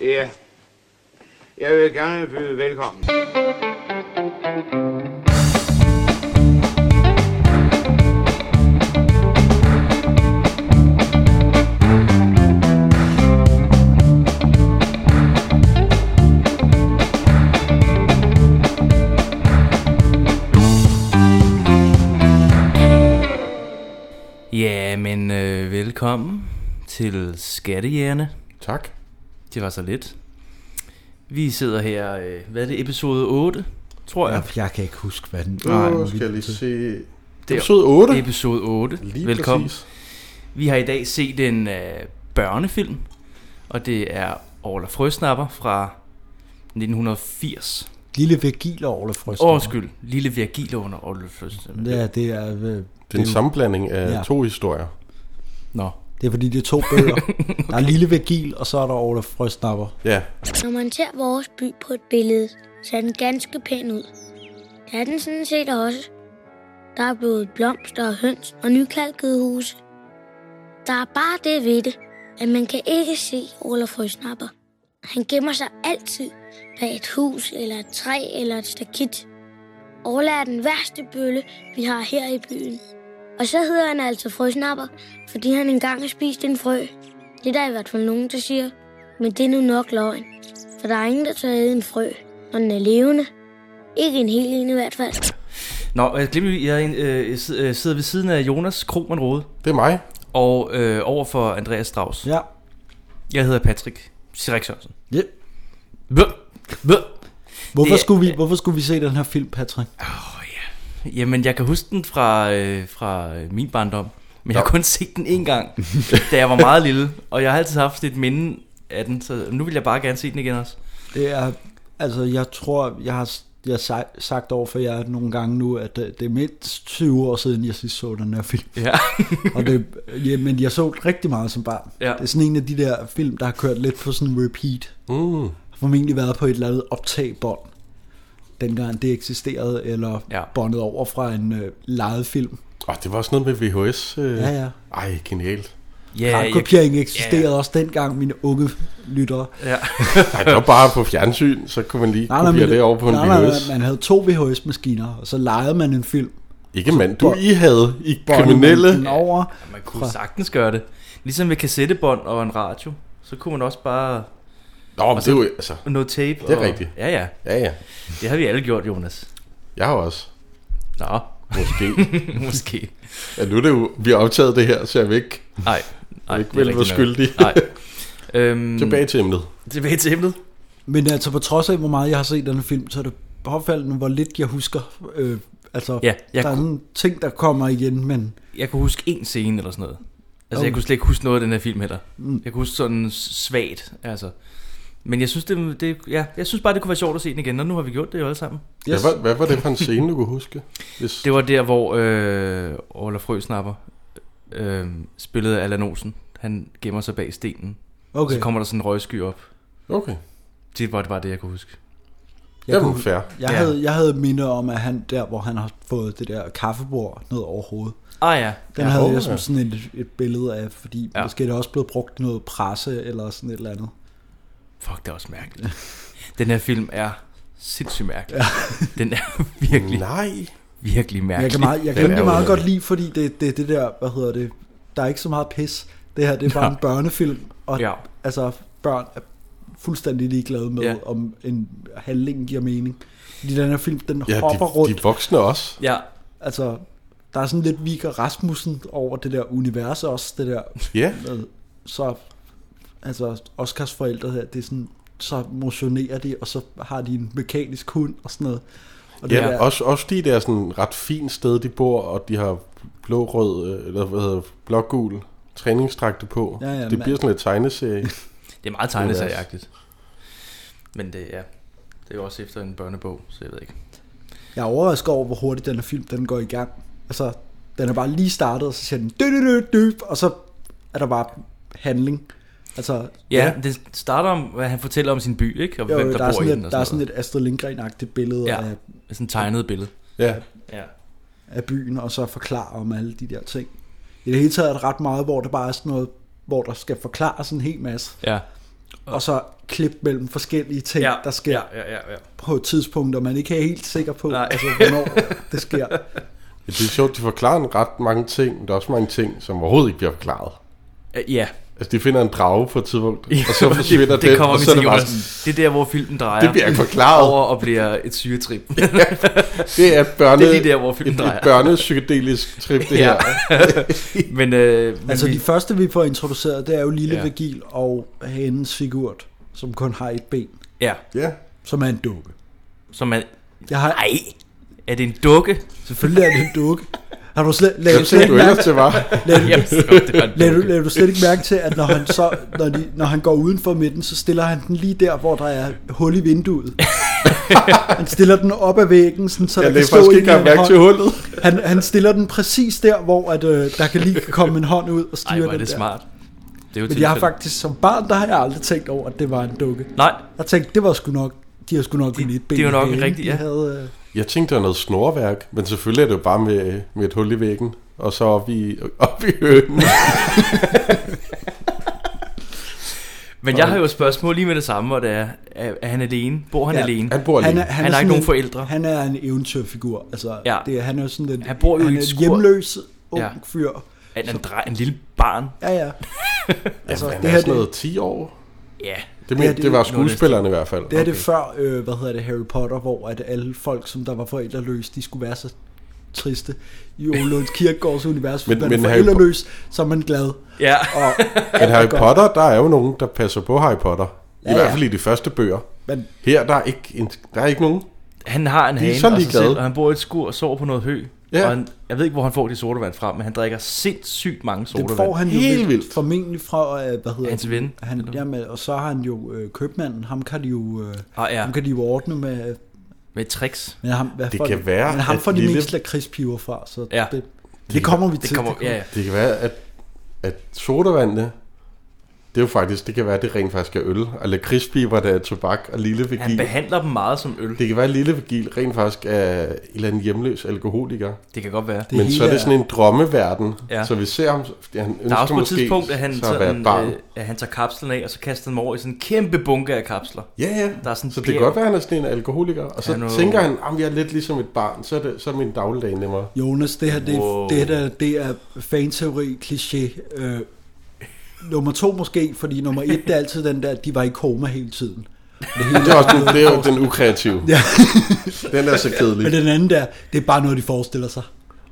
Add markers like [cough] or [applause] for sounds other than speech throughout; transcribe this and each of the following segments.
Ja. Jeg vil gerne byde velkommen. Ja, men øh, velkommen til Skattejægerne. Tak. Det var så lidt. Vi sidder her, øh, hvad er det, episode 8, tror jeg. Jeg, jeg kan ikke huske, hvad den Nej, nu den- skal jeg lige Øh, se. Det er- Episode 8. Episode 8. Lige velkommen. præcis. Vi har i dag set en øh, børnefilm, og det er Orla Frøsnapper fra 1980. Lille Virgil og Orle Frøst. Årskyld, Lille Virgil under Orla Frøsnapper. Ja, det er, øh, Det er en sammenblanding af Ja. to historier. Nå, det er fordi, det er to [laughs] bøger. Der er Lille Virgil, og så er der Orle Frøstnapper. Ja, Når man ser vores by på et billede, ser den ganske pæn ud. Det er den sådan set også. Der er blevet blomster og høns og nykalkede huse. Der er bare det ved det, at man kan ikke se Ola Frøsnapper. Han gemmer sig altid bag et hus eller et træ eller et stakit. Ola er den værste bølle, vi har her i byen. Og så hedder han altså frøsnapper, fordi han engang har spist en frø. Det er der i hvert fald nogen, der siger. Men det er nu nok løgn. For der er ingen, der tør æde en frø, når den er levende. Ikke en helt en i hvert fald. Nå og jeg glemte, lige, jeg er en, øh, sid- øh, sidder ved siden af Jonas Krohmann Rode det er mig. og øh, over for Andreas Strauss. Ja. Jeg hedder Patrick Sirik Sørensen. ja. Bøh, bøh. Hvorfor, Det er- skulle vi, hvorfor skulle vi se den her film, Patrick? Jamen, jeg kan huske den fra, øh, fra øh, min barndom, men jeg har kun set den én gang, [laughs] da jeg var meget lille, og jeg har altid haft et minde af den, så nu vil jeg bare gerne se den igen også. Det er, altså, jeg tror, jeg har, jeg har sag- sagt over for jer nogle gange nu, at øh, det er mindst 20 år siden, jeg sidst så den her film. [laughs] Ja, Og det, ja, men jeg så den rigtig meget som barn. Ja. Det er sådan en af de der film, der har kørt lidt på sådan en repeat. Mm. formentlig været på et eller andet optagbånd, dengang det eksisterede, eller Ja. ja. båndet over fra en øh, lejet film. Og det var sådan noget med VHS. Øh. Ja, ja. Ej, genialt. ja Radkopiering eksisterede ja, ja. også dengang, mine unge lyttere. ja. Ej, det var bare på fjernsyn, så kunne man lige kopiere det over på en nej, nej, VHS. man havde to VHS-maskiner, og så lejede man en film. Ikke mand, du Hvor- I havde. I båndede man den kriminelle. over. Man kunne sagtens gøre det. Ligesom ved kassettebånd og en radio, så kunne man også bare Nå, men det er jo, altså, noget tape. Det er og, rigtigt. Ja, ja. ja ja. Det har vi alle gjort, Jonas. Jeg har også. Nå, Måske. [laughs] [laughs] måske. ja, nu er det jo, vi har optaget det her, så jeg vil ikke Nej, nej. Ikke det er vel være rigtigt nok. skyldig. Nej. Øhm, tilbage til emnet. tilbage til emnet. Men altså, på trods af, hvor meget jeg har set den her film, så er det påfaldende, hvor lidt jeg husker. Øh, altså, Ja, jeg der er kunne- nogle ting, der kommer igen, men Jeg kunne huske en scene eller sådan noget. Altså, oh. Oh. jeg kunne slet ikke huske noget af den her film heller. Mm. Jeg kunne huske sådan s- svagt, altså. Men jeg synes, det, det, ja, jeg synes bare, det kunne være sjovt at se den igen, og nu har vi gjort det jo alle sammen. Yes. Hvad, hvad var det for en scene, du kunne huske? Hvis, Det var der, hvor øh, Orla Frøsnapper øh, spillede Allan Olsen. Han gemmer sig bag stenen. Okay. okay. Så kommer der sådan en røgsky op. okay, Det var, det var det, jeg kunne huske. det var fair. Jeg, Ja. ja. havde, jeg havde minde om, at han der, hvor han har fået det der kaffebord ned over hovedet, Ah ja, den ja, havde åh, jeg som ja. sådan et, et billede af, fordi Ja. ja. måske er det også blevet brugt til noget presse eller sådan et eller andet. fuck, det er også mærkeligt. Den her film er sindssygt mærkelig. Ja. Den er [laughs] virkelig, Nej. virkelig Men mærkelig. jeg kan, meget, jeg Den kan er nemlig meget underlig. godt lide, fordi det, det, det der, hvad hedder det, der er ikke så meget pis. Det her, det er bare en børnefilm, og Ja. ja. altså børn er fuldstændig ligeglade med, Ja. ja. om en handling giver mening. Fordi den her film, den Ja, ja, hopper de, rundt. de voksne også. Ja, Altså, der er sådan lidt Vika Rasmussen over det der univers også, det der Ja, med, så altså Oscars forældre her, det er sådan, så motionerer de, og så har de en mekanisk hund og sådan noget. Og det Ja, der, også, også de der sådan ret fint sted, de bor, og de har blå-rød, øh, eller hvad hedder blågul træningsdragte på. Ja, ja, det men- bliver sådan lidt [laughs] tegneserie. Det er meget tegneserieagtigt. Men det, ja, det er jo også efter en børnebog, så jeg ved ikke. jeg er overrasket over, hvor hurtigt den her film, den går i gang. Altså, den er bare lige startet, og så siger den, dy, dy, dy, dy, og så er der bare handling. Altså, Ja, ja. det starter om, hvad han fortæller om sin by, ikke? Og jo, jo, hvem der, der, er bor i den sådan et, og der er sådan sådan et Astrid Lindgren-agtigt billede noget. af, Ja, med sådan et tegnet billede. ja, Ja. af byen, og så forklare om alle de der ting. I det hele taget er der ret meget, hvor der bare er sådan noget, hvor der skal forklare sådan en hel masse. ja. og så klip mellem forskellige ting, ja, der sker Ja, ja. ja, ja, ja. på et tidspunkt, og man ikke er helt sikker på, Nej. altså, hvornår det sker. [laughs] Ja, det er sjovt, de forklarer ret mange ting, men der er også mange ting, som overhovedet ikke bliver forklaret. Øh, Ja, Altså, de finder en drage på et tidspunkt, og så [laughs] forsvinder det, det den, kommer og vi så er til, det bare Jonas. sådan, Det er der, hvor filmen drejer. Det bliver ikke forklaret. Over og bliver et syretrip. det er, børne, Det er lige der, hvor filmen et, drejer. et børnepsykedelisk trip, det her. men, øh, men Altså vi, de første, vi får introduceret, det er jo Lille Ja. ja. Virgil og hendes Sigurd, som kun har et ben, ja, Ja. som er en dukke. som er... Jeg har, Ej, er det en dukke? Selvfølgelig er det en dukke. Har du slet, lagde, Jeg du slet, tænkte ikke du ellers mærke, til var. Jamen, så det [laughs] var en lagde, du, dukke. lagde du slet ikke mærke til, at når han, så, når, de, når han går uden for midten, så stiller han den lige der, hvor der er hul i [laughs] vinduet. han stiller den op ad væggen, sådan, så Jeg der kan lagde stå faktisk en ikke engang med en mærke til hånd. hullet. Han, han stiller den præcis der, hvor at, øh, der kan lige komme en hånd ud og styre Ej, hvor er den det der. smart. Det er jo Men jeg har tilfældet. faktisk som barn, der har jeg aldrig tænkt over, at det var en dukke. Nej, Jeg tænkte, det var sgu nok, de har sgu nok en lidt ben. det er jo i nok hagen, rigtigt, ja. De havde, øh, Jeg tænkte, det var noget snorværk, men selvfølgelig er det jo bare med, med et hul i væggen, og så op i, op i hønen. men jeg har jo et spørgsmål lige med det samme, og det er, er, er han alene? Bor han ja, Ja, alene? Han bor alene. Han har sådan ikke nogen en- forældre. Han er en eventyrfigur. Altså, Ja. ja. det, er- han er jo sådan lidt, Han bor jo han i er et en skur. hjemløs ung Ja. ja. fyr. Er han en, dre- en lille barn? Ja, ja. altså, Han det er her, sådan det, noget 10 år. Ja, Det, men, her, det, det det, var er- skuespillerne i hvert fald. det, her, det er før, øh, hvad hedder det, Harry Potter, hvor at alle folk, som der var forældreløse, de skulle være så triste i Ole Lunds Kirkegaards univers. Men- Men, man er men Harry Po- forældreløs, så er man glad. ja. Og, Men Harry Potter, der er jo nogen, der passer på Harry Potter. I Ja, hvert ja. fald i de første bøger. men Her, der er ikke, en, der er ikke nogen. Han har en er hane så og sig ligeglade. selv, og han bor i et skur og sover på noget hø. Ja. Og han, jeg ved ikke, hvor han får de sodavand fra, men han drikker sindssygt mange sodavand. det får han jo Helt vildt, vildt. formentlig fra, øh, hvad hedder Hans det? ven, Han, eller- jamen, og så har han jo øh, købmanden, ham kan de jo, øh, Ah, ja. ham kan de jo ordne med, Med tricks. Men ham, hvad Det for, kan være, men ham at får de lille- lille... mest lakridspiver fra, så Ja. ja. det, det kommer vi til. Det kommer, ja, ja. Det kan være, at, at sodavandene, det er jo faktisk, det kan være, at det rent faktisk er øl. Og lakridspiber, der er tobak og lille Han vigil. behandler dem meget som øl. Det, Det kan være, at lille vigil rent faktisk er en eller anden hjemløs alkoholiker. det kan godt være. Det, Det Men så er hele det sådan en drømmeverden, Ja. ja. så vi ser ham, han ønsker der er også på et måske tidspunkt, at han, så at være et sådan, barn. øh, at han tager kapslen af, og så kaster dem over i sådan en kæmpe bunke af kapsler. ja, ja. der er sådan så det kan bjerg. godt være, at han er sådan en alkoholiker, og så Han er jo- tænker han, at jeg er lidt ligesom et barn, så er, det, så er min dagligdag nemmere. Jonas, det her, det, Wow. wow. det, her, det er fanteori, kliché. Øh, nummer to måske, fordi nummer et, det er altid den der, de var i koma hele tiden. [laughs] Det er, også den, det er jo den ukreative. Ja. den er så [laughs] Men kedelig. den anden der, det er bare noget, de forestiller sig.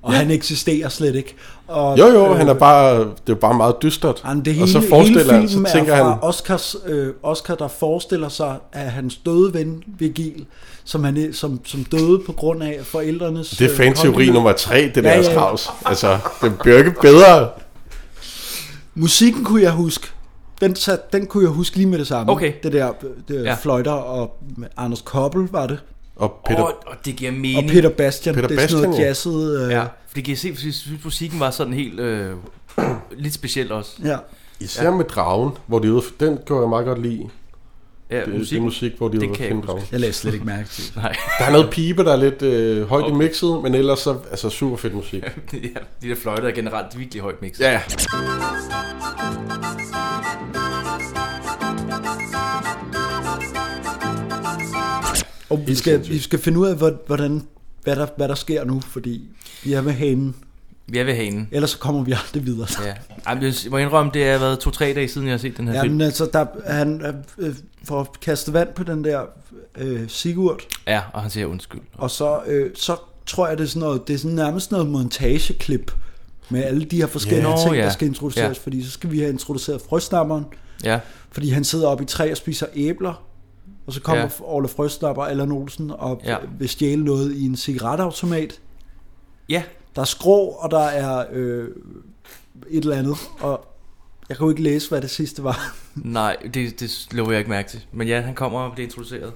Og ja. han eksisterer slet ikke. Og, øh, Jo, jo, han er bare, det er jo bare meget dystert. Jamen, det hele, og så forestiller han, hele så filmen tænker er fra han, Oscars, øh, Oscar, der forestiller sig, at hans døde ven, Vigil, som, han, som, som døde på grund af forældrenes... det er øh, fanteori holdninger. nummer tre, det Ja, der ja, ja. Strauss. Altså, den bliver ikke bedre. Musikken kunne jeg huske. Den, sat, den kunne jeg huske lige med det samme. Okay. Det der det Ja. ja. fløjter og Anders Koppel, var det? Og Peter, Peter, og, og det giver mening. Og Peter Bastian. Peter det er sådan noget Bastian, ja. jazzet. Øh, Ja, ja. for det kan jeg se, fordi jeg synes, musikken var sådan helt... Øh, [clears throat] lidt speciel også. ja. især med dragen, hvor de er ude, den kan jeg meget godt lide. Ja, Det, musikken. det musik, hvor de er det ude at kan jeg finde ikke dragen. Jeg lagde slet ikke mærke til det. Nej, Der er noget pibe, der er lidt øh, højt okay. i mixet, men ellers så altså super fedt musik. [laughs] ja, de der fløjter er generelt virkelig højt mix. Ja. Og vi skal, vi skal finde ud af, hvor- hvordan, hvad, der, hvad der sker nu, fordi vi er med hanen. Vi er ved hanen. Ellers så kommer vi aldrig videre. Ja. Ej, men jeg må indrømme, det har været to-tre dage siden, jeg har set den her Ja, film. men altså, der, han øh, får kastet vand på den der øh, Sigurd, Ja, og han siger undskyld. og så, øh, så tror jeg, det er, sådan noget, det er sådan nærmest noget montageklip med alle de her forskellige Ja. yeah. Nå, ting, ja. der skal introduceres, Ja. yeah. fordi så skal vi have introduceret frøstammeren, Ja, fordi han sidder oppe i træ og spiser æbler, og så kommer Ja. yeah. Ole Frøstapper, Allan Olsen, og Ja. ja. vil stjæle noget i en cigaretautomat. ja Der er skrå, og der er øh, et eller andet, og jeg kunne ikke læse, hvad det sidste var. nej, det, det lover jeg ikke mærke til. Men ja, han kommer og bliver introduceret.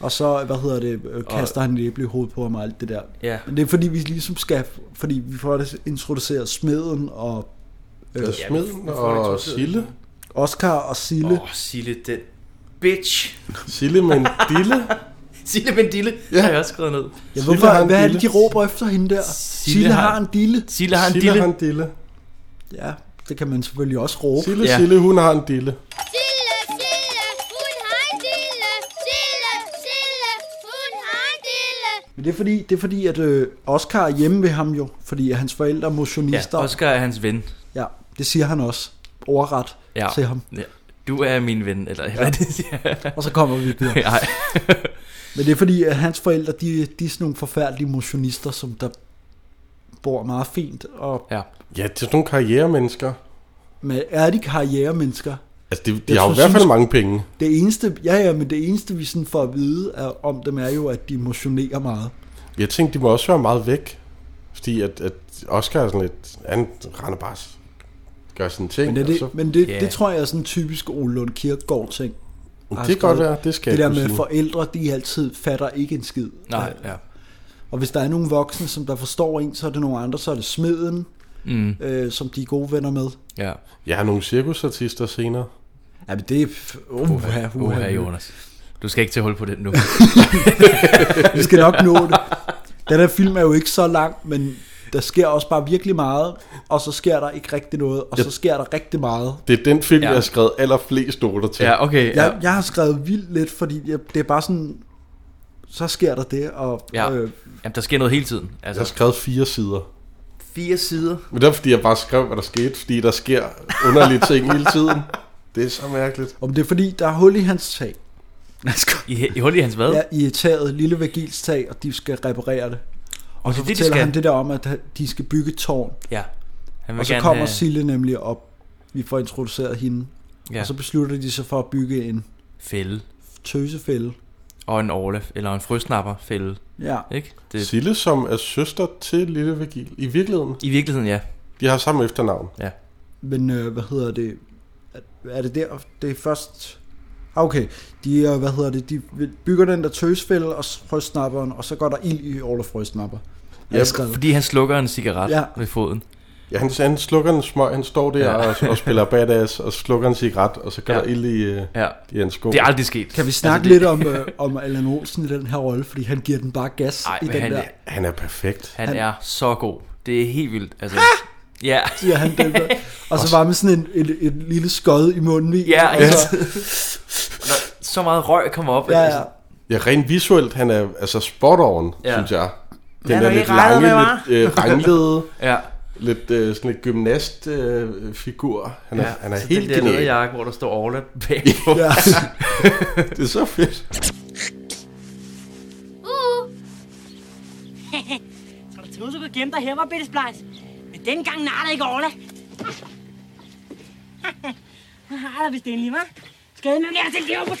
Og så, hvad hedder det, øh, kaster og... han et æble i hovedet på ham og alt det der. Ja. Men det er fordi, vi ligesom skal, fordi vi får det introduceret smeden og Øh, Smeden og Sille. Oscar og Sille. Åh, oh, Sille, den bitch. [laughs] Sille med en dille. Sille Vendille, ja. det har jeg også skrevet ned. Jeg ved, Sille har hvad, en hvad er dille. det, de råber efter hende der? Sille Sille, Sille har har- en dille. Sille har en Sille dille. har en dille. Uh, Ja, det kan man selvfølgelig også råbe. Sille, Ja. Sille, hun har en dille. Sille, Sille, Men det er fordi, det er fordi at øh, Oscar er hjemme ved ham jo, fordi at hans forældre er motionister. Ja, Oscar er hans ven. ja, det siger han også overret Ja. til ham. Ja. Du er min ven, eller ja. hvad det siger. Og så kommer vi [laughs] videre. Nej. Men det er fordi, at hans forældre, de, de er sådan nogle forfærdelige motionister, som der bor meget fint. Og Ja. Ja, det er sådan nogle karrieremennesker. med, er de karrieremennesker? Altså, de, de Jeg har jo i synes- hvert fald mange penge. Det eneste, ja, ja, men det eneste vi sådan får at vide er, om dem er jo, at de motionerer meget. Jeg tænkte, de må også være meget væk. Fordi at, at Oscar er sådan lidt... Han render bare s- gør sine ting. Men det, og så, det, men det, Ja. yeah. det tror jeg er sådan en typisk Ole Lund Kirkegaard ting. men det kan godt være, det skal Det jeg der ikke kunne sige. med forældre, de altid fatter ikke en skid. Nej, ja. Og hvis der er nogle voksne, som der forstår en, så er det nogle andre, så er det smeden, Mm, øh, som de er gode venner med. ja. Jeg har nogle cirkusartister senere. Ja, men det er... Uh, uha, uha, Uha, Jonas. Du skal ikke til hul på den [laughs] nu. Vi skal nok nå det. Den her film er jo ikke så lang, men der sker også bare virkelig meget, og så sker der ikke rigtig noget, og så sker der rigtig meget. Det er den film, Ja. ja. jeg har skrevet allerflest noter til. ja, okay. Ja. Jeg, jeg har skrevet vildt lidt, fordi jeg, det er bare sådan, så sker der det, og Ja. øh, Jamen, der sker noget hele tiden. Jeg har Altså, skrevet fire sider. fire sider. Men det er, fordi jeg bare skrev, hvad der skete. Fordi der sker underlige ting hele tiden. Det er så mærkeligt. om det er fordi, der er hul i hans tag. Lad os gå. I, I hul i hans hvad? Ja, i taget, lille Vagils tag, og de skal reparere det. Og det så er det, de fortæller skal. han det der om, at de skal bygge et tårn, ja. Han vil og så gerne kommer have- Sille nemlig op. Vi får introduceret hende, ja. og så beslutter de sig for at bygge en fælde. tøsefælde. Og en orle, eller en frøsnapper fælde. Ja, Ikke? Det... Det, Sille, som er søster til Lille Vigil. I virkeligheden. I virkeligheden, ja. De har samme efternavn. ja. Men øh, hvad hedder det? Er- Er det der? Det er først... Ah, Okay, de, øh, hvad hedder det, de vil- bygger den der tøsfælde og s- frøsnapperen, og så går der ild i Orla Frøsnapper. Ja, Ja, Fordi han slukker en cigaret Ja. ja. ved foden. Ja, han, han slukker en smøg. Han står der Ja. ja. og, og, spiller badass og slukker en cigaret. Og så går Ja. ja. der ild i, øh, Ja. i hans sko. Det er aldrig sket. Kan vi snakke det- lidt om, øh, om Allan Olsen i den her rolle, fordi han giver den bare gas Ej, i men den han- der. Han er perfekt. Han, Han- er så god. Det er helt vildt. Altså, ja. Siger han den der. Og så var med sådan en, en, en lille skod i munden. i, Ja, og ja. så, altså. Når så meget røg kommer op. ja, ja. altså, Ja, rent visuelt, han er altså spot on, Ja. ja. synes jeg. Den Han er er ikke lidt regnet lange, med, lidt øh, ranglede, ja. lidt øh, sådan lidt gymnastfigur. Øh, figur. han er, ja, han er så helt den der genial. jakke, hvor der står Orla [laughs] bagpå. Ja. [laughs] Det er så fedt. Uh, Tror du, troede, du kunne gemme dig her, var bitte splejs? Men dengang nar der ikke Orla. [laughs] Nu har der vist endelig, hva'? Skaden er mere til lever på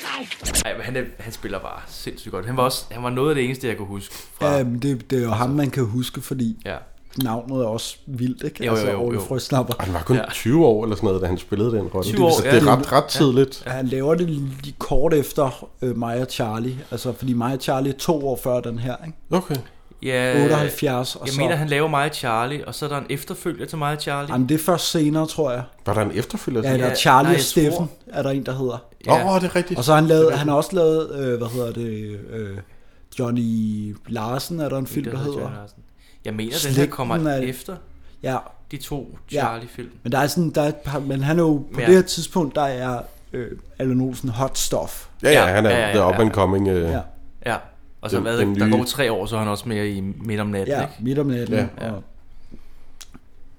dig. Ej, men han, er, han spiller bare sindssygt godt. Han var, også, han var noget af det eneste, jeg kunne huske fra... ja men det, det er jo ham, man kan huske, fordi Ja. navnet er også vildt, ikke? Jo, jo, altså, jo, Orla jo. Frøsnapper. Og han var kun Ja. ja. 20 år eller sådan noget, da han spillede den rolle. 20 år, det, det er ja. ret, ret tidligt. Ja, han laver det lige kort efter øh, Maja og Charlie. Altså, fordi Maja og Charlie er to år før den her, ikke? Okay. ja 78, og Øh, Jeg så- mener, han laver mig Charlie, og så er der en efterfølger til mig Charlie. Jamen, det er først senere, tror jeg. Var der en efterfølger? Ja, til der det? er Charlie nej, og jeg Steffen, er der en, der hedder. Åh, ja. oh, det er rigtigt. Og så har han, lavet, han har også lavet, øh, hvad hedder det, øh, Johnny Larsen er der en film, der hedder. Jeg mener, den her Slægten kommer er- efter Ja, de to Ja. Charlie-film. men der er sådan, der er, et par- men han er jo, Ja. på ja. det her tidspunkt, der er øh, Allan Olsen hot stuff. ja, ja, han er Ja, ja, ja, the up ja. and coming. Øh, Ja, ja. Ja. Og så Den- hvad, den der nye- går tre år, så er han også mere i midt om natten, ja ikke? midt om natten. Ja. Ja. Og,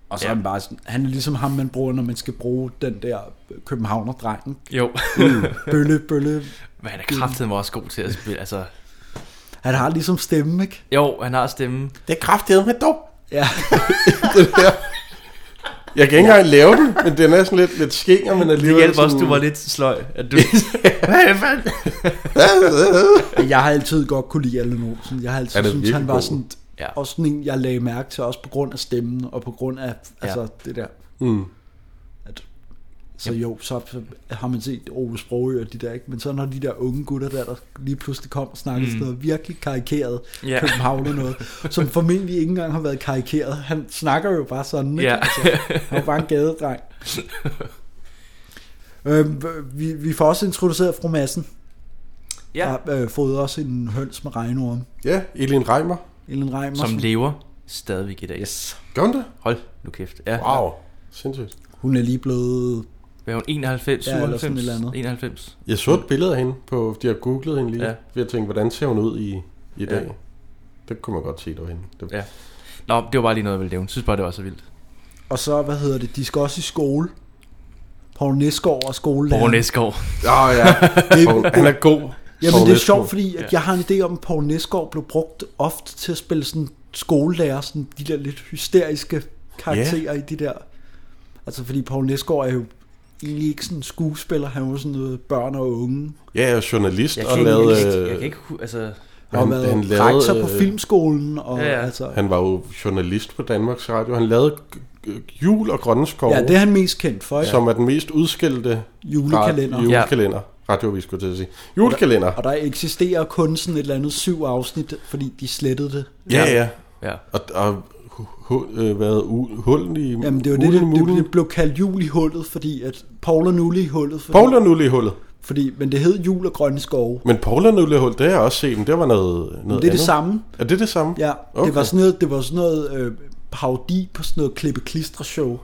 og så Ja. er han bare sådan, han er ligesom ham, man bruger, når man skal bruge den der københavner-dreng. Jo. [laughs] Bølle, bølle. Men han er kraftedeme også god til at spille, altså... Han har ligesom stemme, ikke? Jo, han har stemme. Det er kraftedet med dog. Ja, Jeg kan ikke engang lave den, men den er sådan lidt, lidt skæg, men alligevel... Det hjælper også, sådan- du var lidt sløj. At du... Hvad fanden? men jeg har altid godt kunne lide Allan Olsen. Jeg har altid Han er syntes, virkelig han var god. sådan, Ja. ja. også sådan en, jeg lagde mærke til, også på grund af stemmen, og på grund af altså, det der. Mm. At, så jo, så, så har man set Ove Sprogø og de der, ikke? Men så når de der unge gutter der, der lige pludselig kom og snakkede mm. sådan noget virkelig karikeret Ja. yeah. København noget, som formentlig ikke engang har været karikeret. Han snakker jo bare sådan, ikke? [laughs] Ja. Han var bare en gadedreng. øhm, vi, vi får også introduceret fru Madsen, [laughs] ja. der øh, fodrer os en høns med regnorm. Ja, Elin Reimer. Ellen Reimer. Som lever stadigvæk i dag. Yes. Gør hun det? Hold nu kæft. Ja. Wow. Sindssygt. hun er lige blevet... Hvad er hun? 91, Ja, eller sådan et 97, eller andet. 91. Jeg så et billede af hende på, fordi jeg googlede hende lige, Mm. Ja. ja. ved at tænke, hvordan ser hun ud i, i dag. Ja. Det kunne man godt se, det var hende. Det, Ja. Nå, det var bare lige noget, jeg ville nævne. Jeg synes bare, det var så vildt. Og så, hvad hedder det, de skal også i skole. Poul Næsgaard og skolelærer. Borg Næsgaard. Åh, ja. Poul, han er god. Poul Jamen det er Nesgaard. sjovt, fordi at jeg har en idé om, at Poul Næsgaard blev brugt ofte til at spille sådan skolelærer, sådan de der lidt hysteriske karakterer i de der... Altså fordi Poul Næsgaard er jo egentlig ikke sådan en skuespiller, han er jo sådan noget børn og unge. Ja, jeg er journalist Jeg og kan, ikke, jeg, lavede... øh, kan ikke, jeg kan ikke... hu- Altså, Han har Han- været han lavede, rektor på øh, filmskolen, og Ja, ja, ja. ja. altså... Han var jo journalist på Danmarks Radio. Han lavede g- g- Jul og Grønne Skove, Ja, det er han mest kendt for, ikke? som er den mest udskilte Julekalender. ra- julekalender. Radioavis, skulle jeg til at sige. Julekalender. Og der eksisterer kun sådan et eller andet syv afsnit, fordi de slettede det. Ja, ja. ja. Og, og hu- hu- øh, været u- hullen i Jamen det var det, hulen i det, det, mulen. det blev kaldt jul i hullet, fordi at Paul og Nulle i hullet. Fordi, Poul og Nulle i hullet. fordi, men det hed jul og grønne skove. Men Poul og Nulle i hullet, det har jeg også set, men det var noget, noget det er andet. det samme. Er det det samme? Ja, okay. Okay. det var sådan noget, det var sådan noget øh, parodi på sådan noget klippe show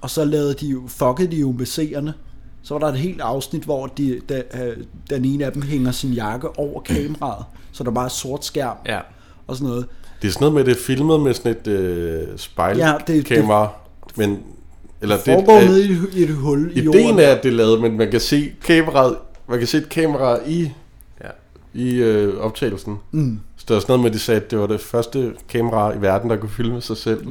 og så lavede de jo, fuckede de jo med seerne. Så var der et helt afsnit, hvor de, da, øh, den ene af dem hænger sin jakke over kameraet, så der bare er sort skærm Ja. og sådan noget. Det er sådan noget med, at det er filmet med sådan et øh, Ja, det- det- spejlkamera. Ja, men, eller det, Foregår er- nede i, et hu- i et hul i Ideen jorden. er, at det er lavet, men man kan se kameraet, man kan se et kamera i, Ja. i øh, optagelsen. Mm. Så der er sådan noget med, at de sagde, at det var det første kamera i verden, der kunne filme sig [laughs] selv.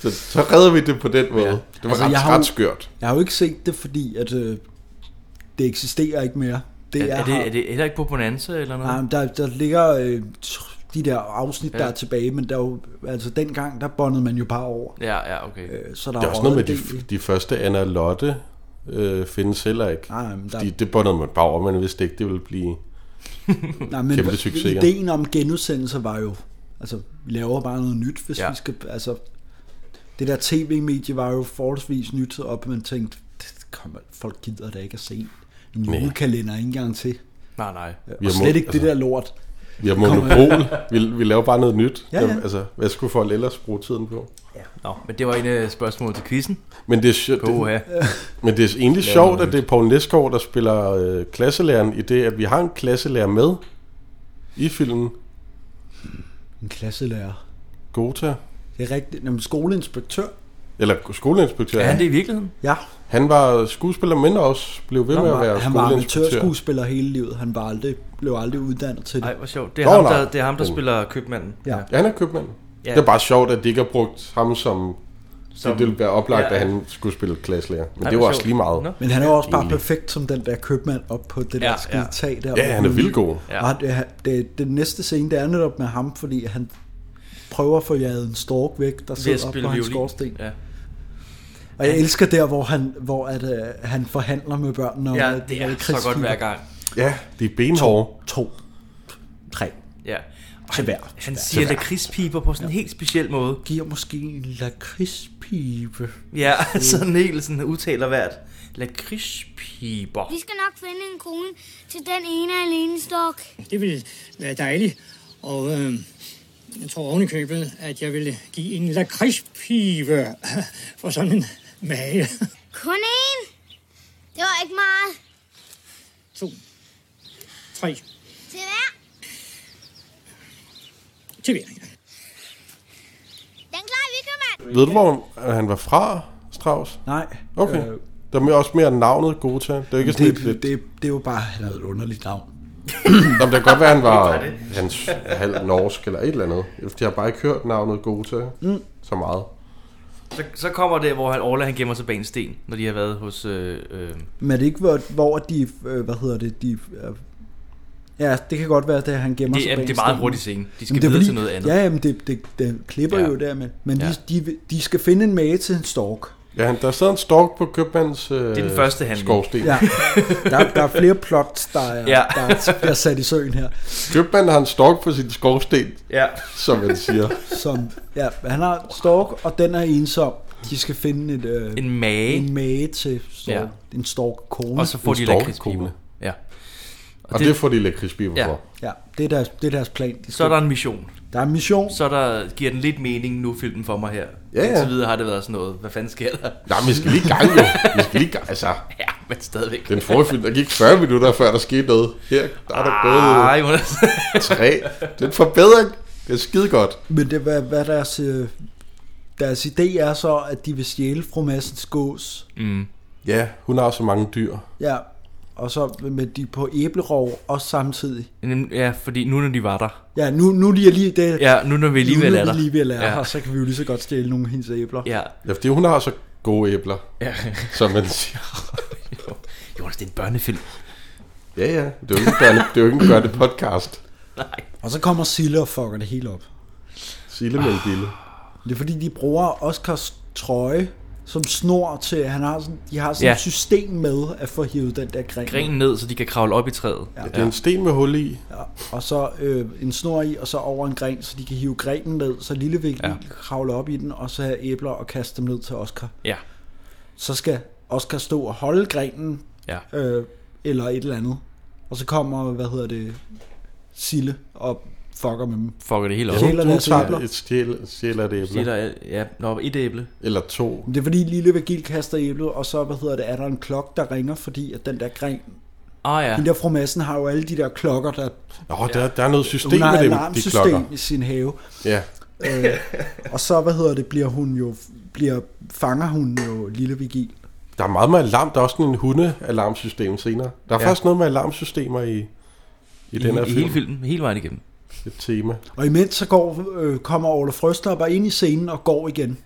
så, så redder vi det på den måde. Ja. Det var altså, Altså, ret, jeg har jo- ret skørt. Jeg har jo ikke set det, fordi at, øh, det eksisterer ikke mere. Det Er, er, her. det, er det heller ikke på Bonanza eller noget? Nej, men der, der ligger øh, tr- de der afsnit, ja. der Ja. er tilbage, men der er jo, altså dengang, der bondede man jo bare over. Ja, ja, okay. Øh, Så der Det er også noget med, at røget en de, del. de første Anna Lotte øh, findes heller ikke. Nej, men der- Fordi det bundede man bare over, men vidste ikke, det ville blive... Nej, men kæmpe succeser. ideen om genudsendelser var jo, altså vi laver bare noget nyt, hvis ja. Ja. vi skal, altså det der tv-medie var jo forholdsvis nyt, og man tænkte, det kommer, folk gider da ikke at se en julekalender ikke engang til. Nej, nej. Vi Og har, slet mon- ikke det altså, der lort. vi har monopol. vi, vi laver bare noget nyt. Ja, ja. Jamen, Altså, hvad skulle folk ellers bruge tiden på? Nå, men det var en af spørgsmålene til quizzen. Men det er, sjovt- det, På, ja. Men det er egentlig sjovt, at det er Poul Nesgaard, der spiller øh, klasselæreren, i det, at vi har en klasselærer med i filmen. En klasselærer. Gota, Det er rigtigt. Jamen, skoleinspektør. eller skoleinspektør. Er Ja, han det det... i virkeligheden? Ja, Han var skuespiller, men også blev ved han med at var, være han var skoleinspektør. amatørskuespiller hele livet. Han var aldrig, blev aldrig uddannet til det. Nej, Ej. hvor sjovt. Det er, Nå, ham, nej. der, det er ham, der spiller købmanden. Ja. Ja, han er købmand. Ja. Ja. Det er bare sjovt, at de ikke har brugt ham som... som... Som- Det ville være oplagt, Ja, ja, ja. at han skulle spille klasselærer. Men Nej, Ej, det hvor var også sjovt. lige meget. Nå. Men han er jo også bare Egentlig. perfekt som den der købmand op på det der Ja, ja, skide ja. tag der. Ja, han er vildt god. Ja. Ja. Og det, det, den næste scene, det er netop med ham, fordi han prøver at få jaget en stork væk, der Ved at sidder oppe spille på hans violin. skorsten. Ja. Og jeg elsker der, hvor han, hvor at, øh, han forhandler med børnene. om, ja, at det er er så godt krigsskibe. hver gang. Ja, de er benhårde. To, tre, Ja. Og til hver. Han siger lakridspiber på sådan en helt speciel måde. giver måske en lakridspibe. Ja, [laughs] sådan helt sådan udtaler hvert. Lakridspiber. Vi skal nok finde en krone til den ene alene stok. Det ville være dejligt. Og øh, jeg tror oven i købet, at jeg ville give en lakridspive [laughs] for sådan en mage. [laughs] Kun én? Det var ikke meget. To, tre, Til hver. til hver. Den klarer vi, købmand. Ved du, hvor han var fra, Strauss? Nej. Okay. Øh, Der er også mere navnet Gota. Det er ikke sådan det, et- det, det, det er jo bare, han havde et underligt navn. Nå, men det kan godt være, han var hans halv norsk eller et eller andet. Jeg har bare ikke hørt navnet Gota mm. så meget. Så, så kommer det, hvor han, Orla han gemmer sig bag en sten, når de har været hos... Øh, øh, Men er det ikke, hvor, hvor de, øh, hvad hedder det, de... Øh, ja, det kan godt være, at han gemmer det, sig er, bag det en er meget sten. hurtigt scene. De Men skal videre til noget andet. Ja, jamen det, det, det klipper Ja. ja. jo der, men, men ja. Ja. de, de, de skal finde en mage til en stork. Ja, han, der sidder en stork på købmandens øh, det er den første handling. skovsten. Ja. Ja. Der, der er flere plots, der er, Ja. ja. der er, der er sat i søen her. Købmanden har en stork på sin skovsten, Ja. som man siger. Som, ja, han har stork, og den er ensom. De skal finde et, øh, en, En mage, en mage til stork. Ja. Ja. En storkkone. og så får en de storkekone. lakridspiber. Ja. [laughs] Og, og det, det får de lakridsbiber Ja. ja. for. Ja, det er deres, det er deres plan. De skal, Så er der en mission. der er en mission. Så der giver den lidt mening nu filmen for mig her. Ja, ja. Indtil videre har det været sådan noget. Hvad fanden sker der? [laughs] Nej, men vi skal lige i gang jo. Vi skal lige i gang, altså. Ja. Men stadigvæk. Den forrige film, der gik 40 minutter, før der skete noget. Her, der er der Ej, gået Jonas. tre. Det er en forbedring. Det er skide godt. Men det, hvad, hvad deres, øh, deres idé er så, at de vil stjæle fru Massens gås. mm. Ja, hun har så mange dyr. Ja, og så med de på æblerov også samtidig. Nem- [laughs] Ja, fordi nu når de var der. Ja, nu, nu de er lige det. Ja, nu når vi alligevel nu, er der. Nu lige ved at lære ja. ja. her, så kan vi jo lige så godt stjæle nogle af hendes æbler. Ja. Ja, fordi hun har så gode æbler, ja. som man siger. [laughs] Jonas, det er en børnefilm. Ja, ja. Det er jo ikke en børne, det er jo ikke en børne podcast. Og så kommer Sille og fucker det hele op. Sille med en bille. Det er fordi, de bruger Oscars trøje som snor til, at han har sådan, de har sådan Ja. et system med at få hivet den der gren. Grenen ned, så de kan kravle op i træet. Ja, det er en sten med hul i. Ja, og så øh, en snor i, og så over en gren, så de kan hive grenen ned, så lille vil ja. kravle op i den, og så have æbler og kaste dem ned til Oscar. Ja. Så skal Oscar stå og holde grenen, Ja. øh, eller et eller andet. Og så kommer, hvad hedder det, Sille og fucker med dem. Fucker det hele op. Ja. Stjæler Hun- hun deres æbler. et stjæl, stjæler et Det æble. der, ja, når et æble. Eller to. Men det er fordi Lille Vigil kaster æblet, og så, hvad hedder det, er der en klok, der ringer, fordi at den der gren, Ah ja. ja. den der fru Madsen har jo alle de der klokker, der, Nå, der, der er noget hun system har med dem, de klokker. alarmsystem i sin have. Ja, Øh, og så, hvad hedder det, bliver hun jo, bliver, fanger hun jo Lille Vigil. der er meget med alarm. Der er også sådan en hunde-alarmsystem senere. Der er Ja. ja. faktisk noget med alarmsystemer i, i, I, I den her i hele film. filmen, hele vejen igennem. Et tema. Og imens så går, øh, kommer Ole Frøstopper ind i scenen og går igen.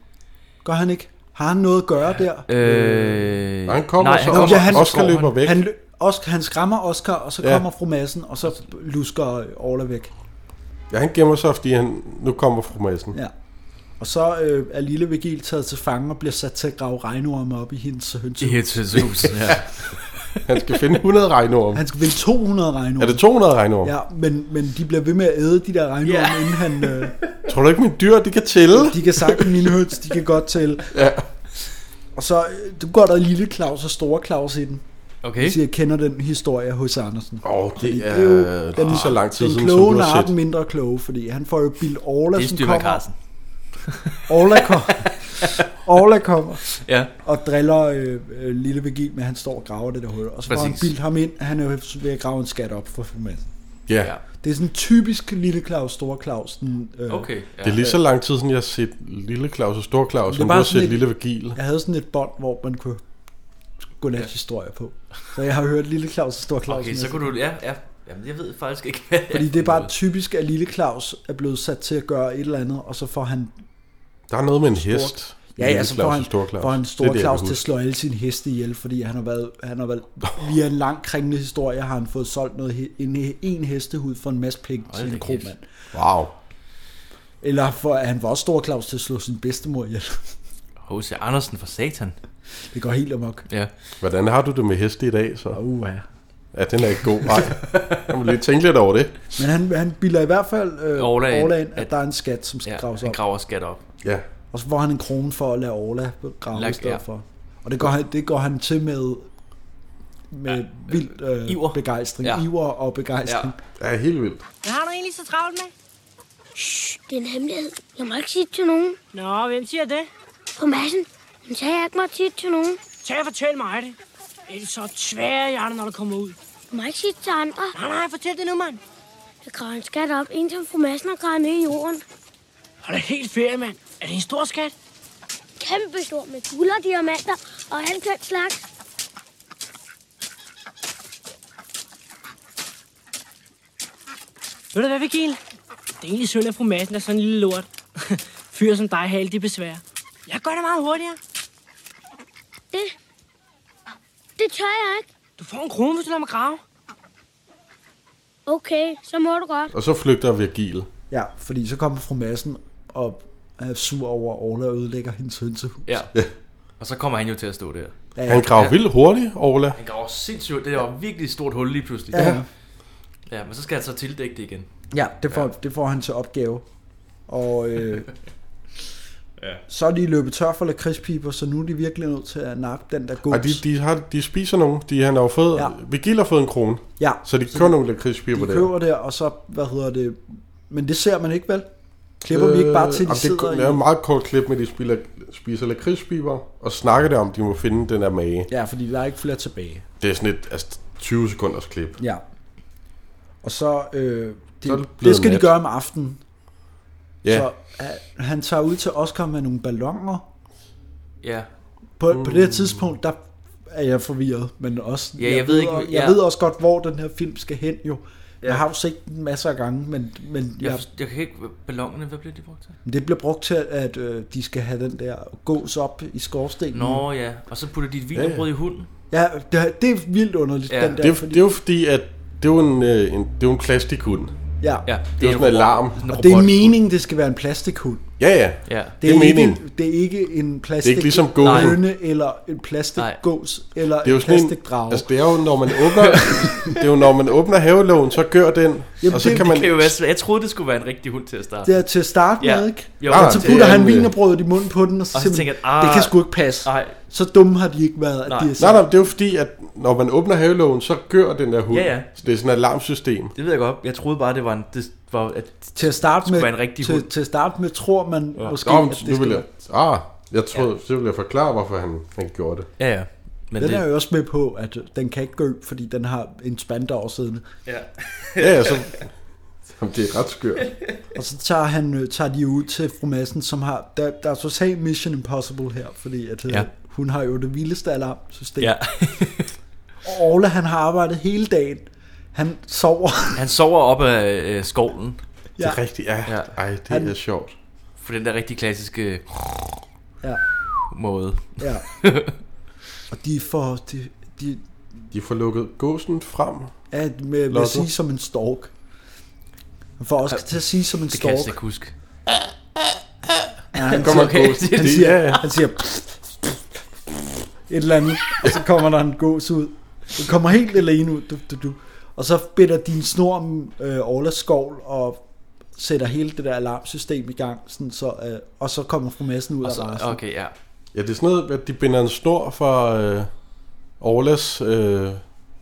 Gør han ikke? Har han noget at gøre ja. der? Øh, Og han kommer, nej, så han øh, kommer, Ja, han- og så Oscar går løber væk. Han, lø- Oscar, han skræmmer Oscar, og så ja. Ja. kommer fru Madsen, og så lusker Orla væk. Ja, han gemmer sig, fordi han, nu kommer fru Madsen. Ja. Ja. Og så øh, er Lille Vigil taget til fange og bliver sat til at grave regnorme op i hendes hønse. I et [laughs] hus, ja. Han skal finde 100 regnorm. Han skal vinde 200 regnorme. Er det 200 regnorm? Ja. Ja, men, men de bliver ved med at æde de der regnorme, Ja. yeah. inden han... Øh, Tror du ikke, min dyr, de kan tælle? de kan sagt, mine høns, de kan godt tælle. Ja. Og så øh, du går der lille Claus og store Claus i den. Okay. Jeg siger, jeg kender den historie hos Andersen. Åh, oh, det er, er jo det er så lang tid Den siden, som kloge du har nar den set. mindre kloge, fordi han får jo Bill Orla, Det er som Styrman kommer. Carlsen. Orla kommer. Orla kommer. Ja. og driller øh, øh, Lille Vigil med, at han står og graver det der hul. Og så får han Præcis. bildt ham ind, han er jo ved at grave en skat op for fru Madsen. Ja. Ja. ja. Det er sådan typisk Lille Claus, Store Claus. Den, øh, Okay. Ja. Det er lige så lang tid siden, jeg har set Lille Claus og Stor Claus, Det er som du bare har sådan set et- Lille Vigil. Jeg havde sådan et bånd, hvor man kunne gå lidt ja. historier på. Så jeg har hørt Lille Claus og Store Claus. Okay, så kunne du... Ja, ja. Jamen, jeg ved faktisk ikke, hvad Fordi det er bare typisk, at Lille Claus er blevet sat til at gøre et eller andet, og så får han, Der er noget med en hest. ja, altså ja, så får han, Stor Claus. får han Store det, Claus til at slå alle sine heste ihjel, fordi han har været, han har været via en lang kringende historie, har han fået solgt noget, he- en, en hestehud for en masse penge Hold til da en kæft. krogmand. Wow. Eller for, at han var også stor Claus til at slå sin bedstemor ihjel. H.C. Andersen fra Satan. Det går helt amok. Ja. Hvordan har du det med heste i dag, så? Uh, ja. Ja, den er ikke god. [laughs] Nej. Jeg må lige tænke lidt over det. Men han, han bilder i hvert fald øh, Orla Orla ind, Orla ind, at at- der er en skat, som skal ja. ja, graves Han op. graver skat op. Ja. Og så får han en krone for at lade Orla grave Lak- i stedet ja. for. Og det går, han, det går han til med med ja, vild øh, iver. begejstring. Ja. Ja. Iver og begejstring. Ja. Ja, helt vildt. Hvad har du egentlig så travlt med? Shh, det er en hemmelighed. Jeg må ikke sige det til nogen. Nå, hvem siger det? På massen, hun sagde, jeg ikke måtte sige det til nogen. Tag og fortæl mig det. Ellers så tværer jeg dig, når du kommer ud. Jeg må ikke sige det til andre. Nej, nej, fortæl det nu, mand. Jeg graver en skat op, indtil fru Madsen har gravet ned i jorden. Har det helt ferie, mand? Er det en stor skat? Kæmpe stor med guld og diamanter og alt den slags. Ved du hvad, Vigil? Det er egentlig synd, at fru Madsen er sådan en lille lort. [laughs] Fyr som dig har alle de besvær. Jeg gør det meget hurtigere. Det, det tør jeg ikke. Du får en krone, hvis du lader mig grave. Okay, så må du godt. Og så flygter Virgil. ja, fordi så kommer fru Madsen og er sur over, at Orla ødelægger hendes hønsehus. Ja. Og så kommer han jo til at stå der. Ja, Han graver vildt hurtigt, Orla. Han graver sindssygt. Det var virkelig et stort hul lige pludselig. ja. ja men så skal han så tildække det igen. Ja, det får, ja. det får han til opgave. Og øh, [laughs] ja. så er de løbet tør for lakridspiber, så nu er de virkelig nødt til at nappe den der gås. Og de, de, har, de spiser nogen. De, han har jo fået, Ja. ja. Vigil har fået en krone. ja, Så de kører nogle lakridspiber de der. køber det, og så, hvad hedder det, men det ser man ikke vel? Klipper øh, vi ikke bare til, de jamen, det sidder det, i... Det er et meget kort klip med, at de spiller, spiser lakridspiber, og snakker der om, at de må finde den der mage. Ja, fordi der er ikke flere tilbage. Det er sådan et altså, 20 sekunders klip. Ja. Og så... Øh, Så er det det, det blevet skal de nat. gøre om aftenen. Ja, Så øh, han tager ud til Oscar med nogle ballonger. Ja. På, mm. på det her tidspunkt, der er jeg forvirret, men også... Ja, jeg ved ikke, Jeg, ja. jeg ved også godt, hvor den her film skal hen, jo. Ja. Jeg har jo set den masser af gange, men, men Jeg, jeg, forst- jeg kan ikke... Ballongerne, hvad blev de brugt til? det bliver brugt til, at øh, de skal have den der gås op i skorstenen. Nå ja, og så putter de et vinerbrød i hunden. Ja, det, det er vildt underligt, Ja. ja. den der. det, er, fordi- det er jo fordi, at det er jo en, øh, en, det er jo en plastikhund. ja. Ja, Det en er jo sådan en robot- alarm. sådan en Og det er robot. meningen, det skal være en plastikhund. Ja, ja. Ja. Det er ikke, meningen. det er ikke en plastik Det er ikke ligesom Nej. gården. høne, eller en plastikgås, eller Det er jo en sådan en, plastikdrage. altså det er jo, når man åbner, [laughs] det er jo, når man åbner havelågen, så gør den, Jamen, og så det- kan det man, Det kan jo være, svært. jeg troede, det skulle være en rigtig hund til at starte. det er til at starte Ja. med, ikke? Jo, Ah, ah, Og så det putter er han en, øh, vinerbrødet i munden på den, og så, og så simpelthen, tænker jeg, ah, det kan sgu ikke passe. nej. Så dumme har de ikke været, at Nej. de er nej, sådan. nej, det er jo fordi, at når man åbner havelågen, så gør den der hund. Ja, ja. Så det er sådan et alarmsystem. det ved jeg godt. Jeg troede bare, det var en... Det var, at, Til at starte skulle med, være en rigtig til, hund. til at starte med tror man ja. måske, Nå, men at det nu skal vil være. jeg, ah, jeg troede, så vil jeg forklare, hvorfor han, han gjorde det. ja, ja. Men Den det, er jo også med på, at øh, den kan ikke gø, fordi den har en spand over siddende. ja. Ja, ja, så, [laughs] jamen, det er ret skørt. Og så tager, han, øh, tager de ud til fru Madsen, som har... Der, der er totalt Mission Impossible her, fordi at, Ja. ja. hun har jo det vildeste alarmsystem. ja. [laughs] Og Orla, han har arbejdet hele dagen. Han [laughs] sover. Han sover op af øh, skovlen. Det er rigtigt, ja. Ja. Ej, det Han- er sjovt. På den der rigtig klassiske Ja. måde. ja. [laughs] Og de får... De, de De får lukket gåsen frem. er med, med Lotto. at sige som en stork. Han får også til at sige som en Det kan jeg slet stork. ikke huske. Ja, han, Der kommer Okay, okay, gåsen. det- han Det- siger, ja, ja. han siger pst, pst, pst, et eller andet, og så kommer der en gås ud. Den kommer helt alene ud, du, du, du. og så binder din snor om øh, Orlas skovl og sætter hele det der alarmsystem i gang, sådan så, øh, og så kommer fru Madsen ud Og af så, rasen. okay, ja. Ja, det er sådan noget, at de binder en snor fra øh, Orlas øh,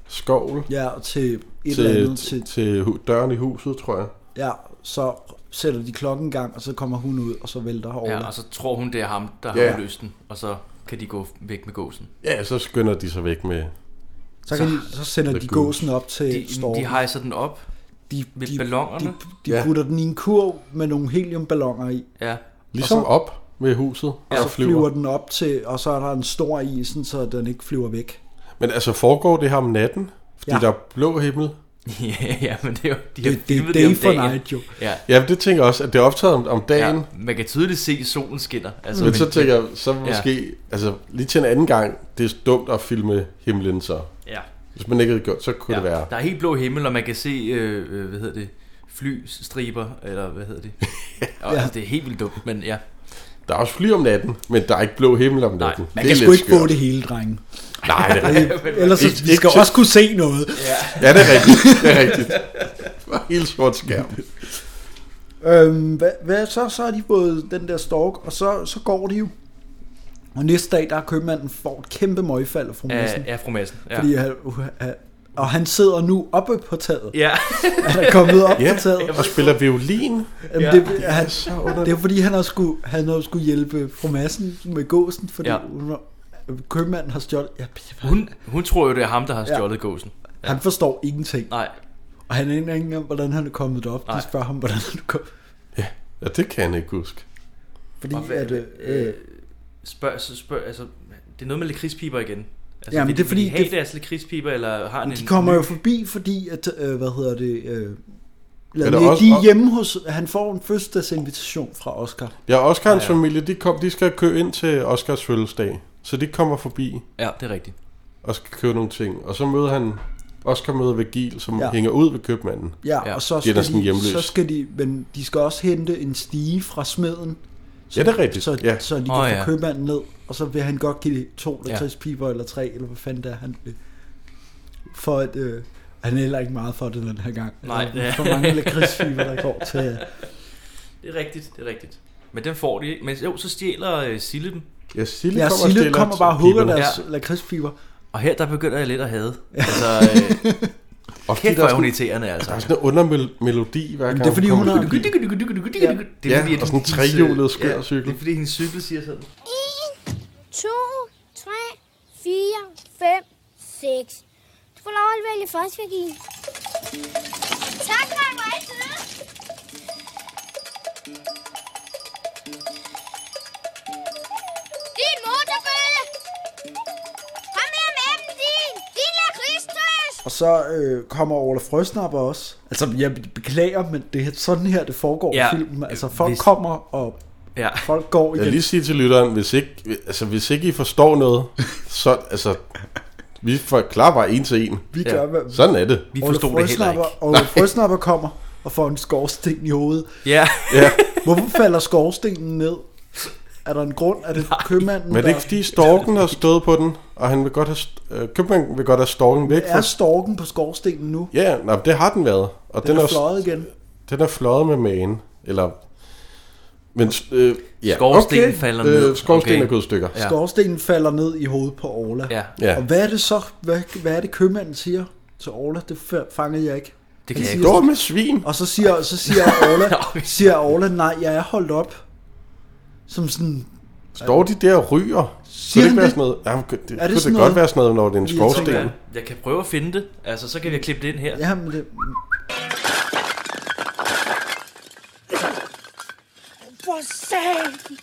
skovl Ja, og til et eller til, andet. til, Til, til hu- døren i huset, tror jeg. ja, så sætter de klokken i gang, og så kommer hun ud, og så vælter Orla. ja. Og så tror hun, det er ham, der har Ja. yeah. løst den. Og så kan de gå væk med gåsen. Ja, så skynder de sig væk med... så, kan de, så sender The de goose. gåsen op til De, storken. de hejser den op de, med de, ballongerne. de, de Ja. ja. putter den i en kurv med nogle heliumballoner i, Ja. [laughs] Ligesom Og så, op med huset, og og så flyver. flyver. den op til, og så er der en stor i, sådan, så den ikke flyver væk. Men altså, foregår det her om natten? Fordi Ja. ja. der er blå himmel. ja, ja, men det er jo... De har Det, det er filmet day om for dagen. night jo. Ja. Ja, men det tænker jeg også, at det er optaget om, om ja. dagen. Ja. Man kan tydeligt se, at solen skinner. Altså, Mm. Men så tænker jeg, så måske... Ja. Altså, lige til en anden gang, det er dumt at filme himlen så. Ja. Hvis man ikke havde gjort, så kunne ja. det være... Der er helt blå himmel, og man kan se, øh, øh, hvad hedder det, flystriber, eller hvad [laughs] hedder det? ja. altså, det er helt vildt dumt, men ja. Der er også fly om natten, men der er ikke blå himmel om natten. man Det Man er kan sgu lidt ikke få skørt. det hele, [laughs] drenge. Nej, det er rigtigt. Ellers så, Ikke- vi skal ikke- også kunne se noget. Ja, det er rigtigt. Det er [laughs] rigtigt. Det var helt sort skærm. Øhm, hvad, hvad, så, så har de fået den der stork, og så, så går de jo. Og næste dag, der er købmanden får et kæmpe møgfald fra Madsen. Ja, ja, fru Madsen. Ja. Fordi han, og han sidder nu oppe på taget. Ja, [laughs] Han er kommet op Ja, på taget. og spiller violin. Jamen, det, han, det er fordi, han har skulle, han har skulle hjælpe fru Madsen med gåsen, fordi Ja. ja. hun, har- købmanden har stjålet. Ja, hun, hun tror jo, det er ham, der har Ja. stjålet gåsen. han forstår ingenting, Nej, og han aner ikke engang, hvordan han er kommet op. Nej. De spørger ham, hvordan han er kommet. Ja, det kan jeg ikke huske. Fordi Og hvad- at, øh, øh, spørg, så spørg, altså, det er noget med lakridspiber igen. Altså, Jamen, vil, det er de- fordi, Vil de have det- deres lakridspiber, eller har han en... de kommer jo ny- forbi, fordi at, øh, hvad hedder det, øh, Er lad der det også- de er og- hjemme hos, han får en fødselsdagsinvitation fra Oscar. Ja, Oscars ja, ja. familie, de, kom, de skal købe ind til Oscars fødselsdag. Så de kommer forbi Ja, det er rigtigt. og skal købe nogle ting. Og så møder han Oscar møder Vigil, som ja. Ja. hænger ud ved købmanden. Ja, Ja, ja, og så de er skal, næsten hjemløse. de, så skal de, men de skal også hente en stige fra smeden. Så, Ja, det er rigtigt, Så, ja. så de kan Åh, oh, få ja. ja. købmanden ned, og så vil han godt give to eller Ja. ja. piber eller tre, eller hvad fanden det er, han vil. For at, øh, han er heller ikke meget for det den her gang. Nej, ja. Der er for mange lakridspiber, der går [laughs] til. Det er rigtigt, det er rigtigt. Men den får de ikke. Men jo, så stjæler øh, Sille dem. Ja, Sille Ja, kommer, og Sille stiller kommer til bare og hugger piberne. deres ja. lakridspiber. [laughs] Og her, der begynder jeg lidt at hade. Altså, øh, Og Kæft, der hvor er er hun sådan, irriterende, altså. der er sådan en undermelodi hver gang. Men det er fordi, hun kommer har... forbi. Det er Ja, fordi, at og sådan en hendes, trehjulet øh, skør ja, cykel. Det er fordi, hendes cykel siger sådan. 2, 3, 4, 5, 6. Du får lov at vælge først, Virginie. Tak, Mark. Hvor er I søde. Din motorbølle! Kom her med dem, din! Din lakridstøs! Og så øh, kommer Orla Frøsnapper også. Altså, jeg beklager, men det er sådan her, det foregår ja, Ja, i filmen. Altså, øh, folk hvis- kommer, og Ja. folk går Jeg vil igen. lige sige til lytteren, hvis ikke, altså, hvis ikke I forstår noget, så altså, vi forklarer bare en til en. Vi gør, Ja. hvad... Sådan er det. Vi Orla forstod det heller ikke. Frøsnapper- Orla Frøsnapper kommer og får en skorsten i hovedet. Ja. Ja. [laughs] Hvorfor falder skorstenen ned? Er der en grund? Er det købmanden, Men er det [laughs] ikke, fordi storken har stået på den, og han vil godt have, st- øh, købmanden vil godt have storken væk? der Fra, er storken på skorstenen nu? ja, nej, det har den været. Og den, Den er er, fløjet. fløjet igen. den er fløjet med magen. Eller, men, øh, ja, Skorstenen falder ned. Øh, skorstenen Okay. er gået i stykker. Ja. Skorstenen falder ned i hovedet på Orla. Ja. Ja. Og hvad er det så? Hvad, hvad er det købmanden siger til Orla? Det fa- fangede jeg ikke. Det kan jeg siger- ikke. Dår med svin. Og så siger, så siger [laughs] Orla, Okay. siger Orla, nej, jeg er holdt op. Som sådan, Står de der og ryger? Kunne Siger det ikke han være det? sådan noget? Ja, kunne det, Er det kunne sådan det noget? godt være sådan noget, når det er en Jeg tænker, skorsten? Jeg kan prøve at finde det. Altså, så kan vi klippe det ind her. ja, men det, For satan!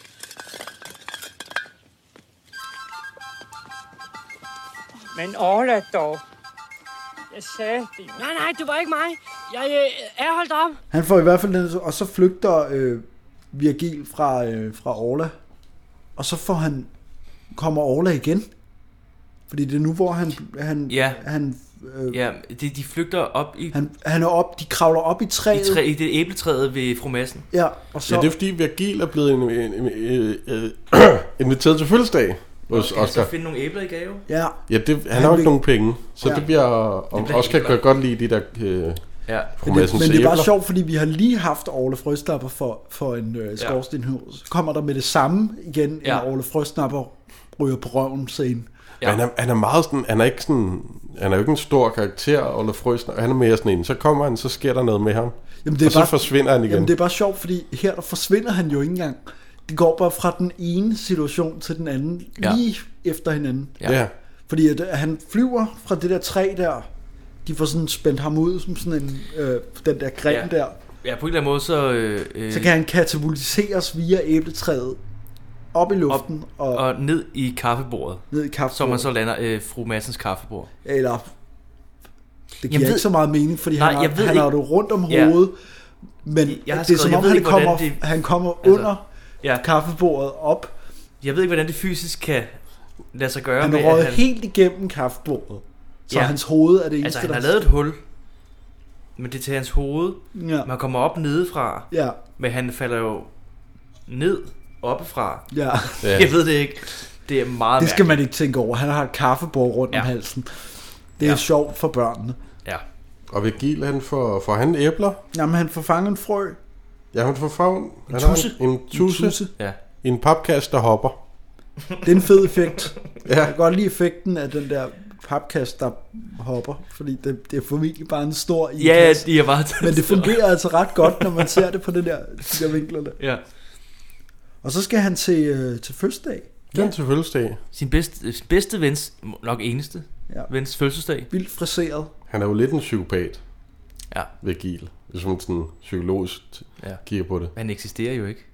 Men Orla dog. Jeg sagde det. jo. Nej, nej, det var ikke mig. Jeg øh, er holdt op. han får i hvert fald den, og så flygter øh, Virgil fra, øh, fra Orla. Og så får han, kommer Orla igen. Fordi det er nu, hvor han, han, Ja. han, øh, Ja, det, de flygter op i, han, han er op, de kravler op i i, træet. træ, i det æbletræet ved fru Madsen. Ja, og så, Ja, det er fordi Virgil er blevet en, en, en, en, øh, inviteret til fødselsdag hos Skal han så Oscar. finde nogle æbler i gave? ja, Ja, det, han Han har jo vil- ikke nogen penge, så Ja. det bliver... Og bliver Oscar helt kan godt lide de der øh, Ja. Men det, promessens men det er bare æbler. sjovt, fordi vi har lige haft Orle Frøstapper for, for en øh, skorstenhøv. Så kommer der med det samme igen, ja. Ja. en Orle Frøstapper ryger på røven scene. Ja. Han, er, han er meget sådan... Han er ikke sådan... Han er jo ikke en stor karakter, Ole Frøsner. Han er mere sådan en. Så kommer han, så sker der noget med ham. Jamen, det er og så bare- forsvinder han igen. Jamen det er bare sjovt, fordi her der forsvinder han jo ikke engang. Det går bare fra den ene situation til den anden, ja. Ja. lige efter hinanden. Ja. ja. Fordi at, øh, han flyver fra det der træ der, de får sådan spændt ham ud som sådan en, øh, den der gren ja. Ja. der. ja, på en eller anden måde, så... Øh, øh, Så kan han katapultiseres via æbletræet op i luften op, og, og, øh, og ned i kaffebordet, ned i kaffen. som man så lander øh, fru Madsens kaffebord. Eller det giver Jeg ved- ikke så meget mening, fordi Nej, han, har, jeg ved han har ikke- det rundt om Ja. hovedet. Men Jeg har det er skrevet, som jeg om, ved han ikke, kommer, hvordan det- han kommer altså, under Ja, kaffebordet op. jeg ved ikke, hvordan det fysisk kan lade sig gøre. Han med, er at røget helt igennem kaffebordet. Så Ja. hans hoved er det eneste, Altså, han der... har lavet et hul, men det er til hans hoved. Ja, Man kommer op nedefra, ja, men han falder jo ned oppefra. ja. Ja. Jeg ved det ikke. Det er meget Det skal man ikke tænke over. Han har et kaffebord rundt ja. om Ja. halsen. Det er ja. Ja. sjovt for børnene. mærkeligt. Ja. Og Virgil, han får, får han æbler. Jamen, han får fanget en frø. Ja, han får favn. Han tusse. Har en, en tusse. En tusse. Ja. I en papkasse, der hopper. Det er en fed effekt. Ja. Jeg kan godt lide effekten af den der papkast, der hopper. Fordi det, det er formentlig bare en stor i Ja, ja, de er bare... [laughs] Men det fungerer altså ret godt, når man ser det på det der, de der vinkler der. Ja. Og så skal han til, øh, til fødselsdag. Den til fødselsdag. Sin bedste, øh, bedste vens, nok eneste, Ja. ja. vens fødselsdag. Vildt friseret. Han er jo lidt en psykopat, Ja. Virgil. Hvis man sådan psykologisk ja. Ja. kigger på det. Han eksisterer jo ikke.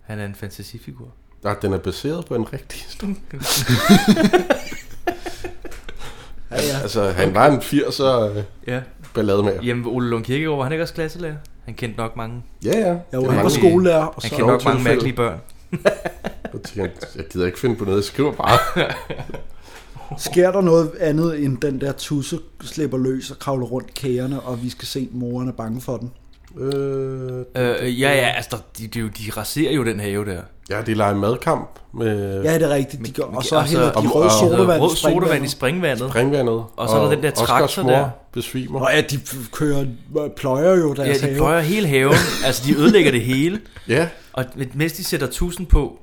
Han er en [laughs] fantasifigur. Nej, Ah, den er baseret på en rigtig historie. Ja, ja. Altså, han var en 80'er øh, Ja. ballademager. Ja, Jamen, Ole Lund Kirkegaard, var han ikke også klasselærer? Han kendte nok mange. ja. Jeg Det var er han var mange- skolelærer, og Han så kendte nok mange tilfælde. mærkelige børn. Jeg tænker, Jeg gider ikke finde på noget, jeg skriver bare. sker der noget andet, end den der tusse slipper løs og kravler rundt kagerne, og vi skal se, at moren er bange for den. øh, Øh, ja, ja, altså, de, de, de raserer jo den have der. Altså, ja, de leger madkamp med Ja, ja. det er rigtigt. De gør, og så og så- hælder de altså, om- rød og- sodavand i Rød sodavand i springvandet. springvandet. ringvandet. Og så er der den der traktor mor der. besvimer. Nå ja, de f- kører, øh, pløjer jo Ja, deres de have. pløjer hele [laughs] haven. altså, de ødelægger det hele. Ja, Og mens de sætter tusind på,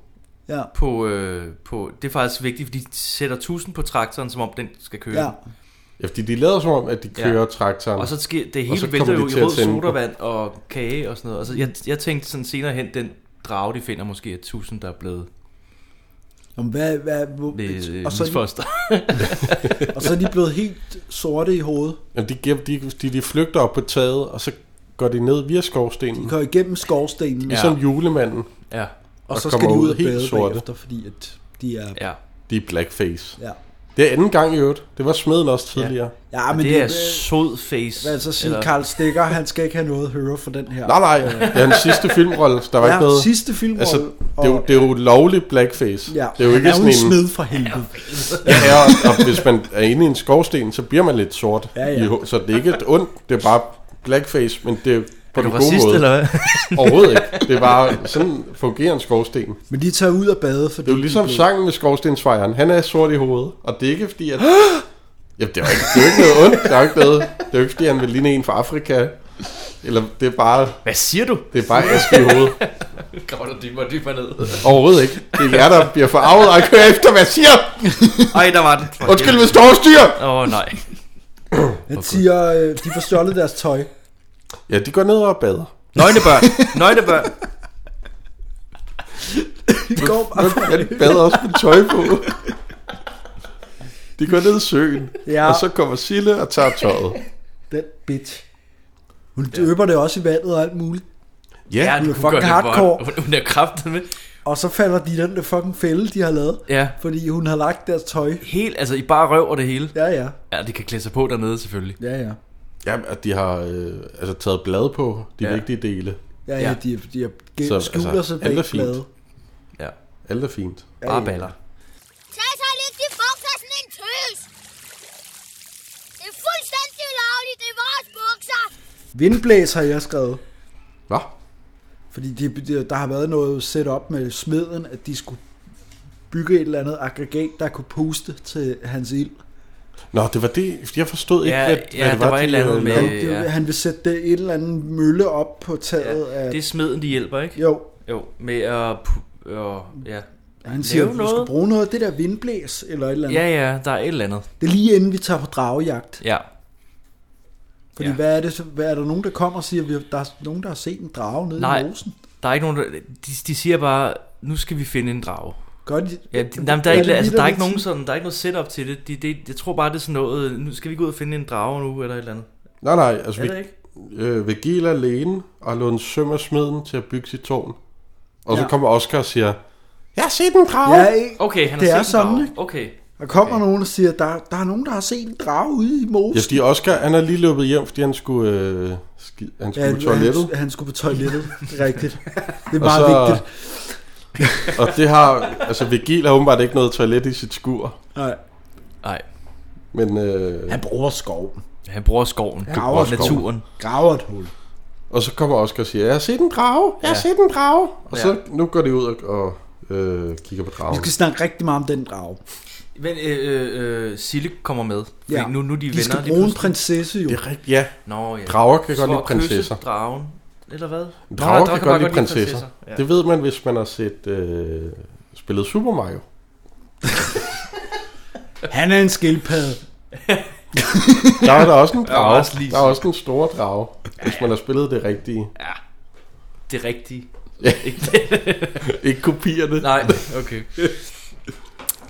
Ja, på, øh, på, det er faktisk vigtigt, fordi de sætter tusind på traktoren, som om den skal køre. ja. Ja, fordi de lader som om, at de Ja. kører ja. traktoren. Og så sker det så hele kommer vælter de jo til i at rød tænde på- sodavand og kage og sådan noget. Og så, jeg, jeg tænkte sådan senere hen, den drage, de finder måske er tusind, der er blevet Om hvad, hvad, hvor, ved øh, og, så, er [laughs] misfoster. de- og så er de blevet helt sorte i hovedet. Jamen, de, gem- de, de, de flygter op på taget, og så går de ned via skovstenen. De går igennem skovstenen, ja, Ligesom julemanden. Ja, og og så skal de kommer ud ud og helt bade sorte. bagefter, fordi at de er... ja. De er blackface. Ja, Det er anden gang i øvrigt. Det var smeden også tidligere. Ja. ja men det, det, er øh, sød face. Hvad altså sige, Karl Stikker, han skal ikke have noget at høre for den her. Nej, nej. Det er hans sidste filmrolle. så Der var ja, ikke noget... sidste film, Altså, og, det er, jo, det er jo lovlig blackface. ja, Det er jo ikke han sådan er en... smed for helvede. Ja, ja, og, og hvis man er inde i en skovsten, så bliver man lidt sort. Ja, ja. I ho- så det er ikke et ondt, det er bare blackface, men det er på er du den gode racist, måde. eller [laughs] hvad? Overhovedet ikke. Det er bare sådan fungerer en skovsten. Det Men de tager ud og bade, fordi er jo ligesom de sangen med skorstensfejeren. Han er sort i hovedet, og det er ikke fordi, at... [gasps] Jamen, det er jo ikke, det er jo ikke noget ondt. Det er jo ikke, noget, det er jo ikke fordi, han vil ligne en fra Afrika. Eller det er bare, Hvad siger du? det er bare aske i hovedet. Kommer du dybere og dybere ned? Overhovedet ikke. Det er jer, der bliver forarvet og kører efter, hvad jeg siger. [laughs] Ej, der var den. Undskyld, hvis du overstyrer. Åh, oh, nej. Han siger, øh, de får stjålet deres tøj. Ja, de går ned og bader. Nøgnebørn. [laughs] Nøgnebørn. De går bare... Ja, de bader også med tøj på. De går ned i søen, Ja. ja. og så kommer Sille og tager tøjet. Den bitch. Hun døber det også i vandet og alt muligt. Ja, hun er hun fucking gør det for- hardcore. Hun, hun er kraftet med. Og så falder de i den der fucking fælde, de har lavet. Ja. Fordi hun har lagt deres tøj. Helt, altså i bare røv og det hele. Ja, ja. Ja, de kan klæde sig på dernede selvfølgelig. Ja, ja. Ja, at de har øh, altså taget blad på de Ja. ja. vigtige dele. Ja, ja, Ja. de, de er ge- Så, skjuler altså, sig alt bag er fint. flade. Ja, Alt er fint. bare baller. Tag så lidt i bukser, sådan en tøs. Det er fuldstændig ulovligt, det er vores bukser. Vindblæs har jeg skrevet. Hva? Fordi de, de, der har været noget setup med smeden, at de skulle bygge et eller andet aggregat, der kunne puste til hans ild. Nå, det var det. Jeg forstod ikke, Ja, hvad, ja, hvad der det var. var et de eller andet lavede. med- Han, Øh, det, ja. ja. han vil sætte det et eller andet mølle op på Ja, taget. Ja, det er det, smeden, de hjælper, ikke? jo, Jo, med at... pu- Og, ja. han siger, lave du noget. skal bruge noget af det der vindblæs, eller et eller andet. ja, Ja. ja, der er et eller andet. Det er lige inden vi tager på dragejagt. Ja, Fordi Ja. ja. hvad er det, så- hvad er der nogen, der kommer og siger, at der er nogen, der har set en drage nede Nej. i mosen? der er ikke nogen, der, de, de siger bare, nu skal vi finde en drage. Gør de, Ja, de, jamen, der, er er ikke, det altså, lige der er der ikke med nogen sådan, der er ikke noget setup til det. De, de, jeg tror bare, det er sådan noget, nu skal vi gå ud og finde en drage nu, eller et eller andet. Nej, nej. Altså, Er det vi, ikke? øh, Vigil er lægen og låner sømmersmeden til at bygge sit tårn. Og ja. Ja. så kommer Oscar og siger, Jeg har set en drage. Ja, Ja. ikke? Okay, han har Det set er en sådan, drage. ikke? Okay. Der kommer okay. nogen og siger, der, der er nogen, der har set en drage ude i mosen. ja, fordi Oscar, han er lige løbet hjem, fordi han skulle, øh, skid, han skulle ja, på toilettet. Han, han skulle på [laughs] toilettet, Det er rigtigt. Det er Og meget så- vigtigt. Og det har, altså Vigil har åbenbart ikke noget toilet i sit skur, Nej. Nej, men øh, Han bruger skoven. han bruger skoven. Ja, bruger skoven. naturen. Graver et hul. og så kommer Oscar og siger, jeg har set en drage, jeg har set en drage, og så nu går de ud og, og øh, kigger på Vi dragen. skal snakke rigtig meget om den drage. Men øh, øh, øh, Sille kommer med. Fordi Ja. nu, nu er de, De venner. skal lige bruge en pludselig. prinsesse jo. Det er rigtigt, ja. Nå, ja. Drager kan For godt lide at kysse prinsesser. dragen. Eller hvad? Drager Nå, kan bare godt lide prinsesser. Ja. Det ved man, hvis man har set øh, spillet Super Mario. Han er en skildpadde. Der er der også en drage. også lige Der er også en stor drage, hvis man har spillet det rigtige. Det rigtige. Ikke kopierne. Nej, okay.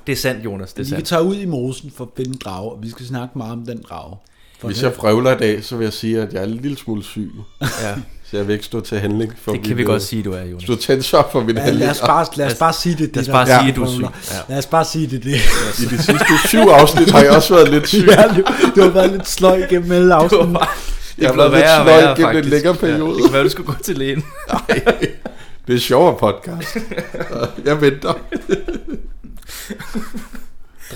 Det er sandt, Jonas. Det er Vi kan sandt. tage ud i mosen for at finde en drage, og vi skal snakke meget om den drage. For Hvis nu- jeg frøvler i dag, så vil jeg sige, at jeg er en lille smule syg. Ja, Så jeg vil ikke stå til handling. For det kan mit, vi øh, godt sige, du er, Jonas. Stå tæt op for min Ja, handling. lad, os bare, lad os bare sige det. det lad os der bare er sige, at du er dragevogler. syg. Ja. Lad os bare sige det. [laughs] Det, I de sidste syv afsnit har jeg også været lidt syg. ja, det, det har været lidt sløj gennem alle afsnit. Jeg er har blevet været lidt værre og sløj værre, gennem en faktisk. længere Ja, periode. det kan være, du skulle gå til lægen. Det er sjovere [laughs] podcast. Så Jeg venter.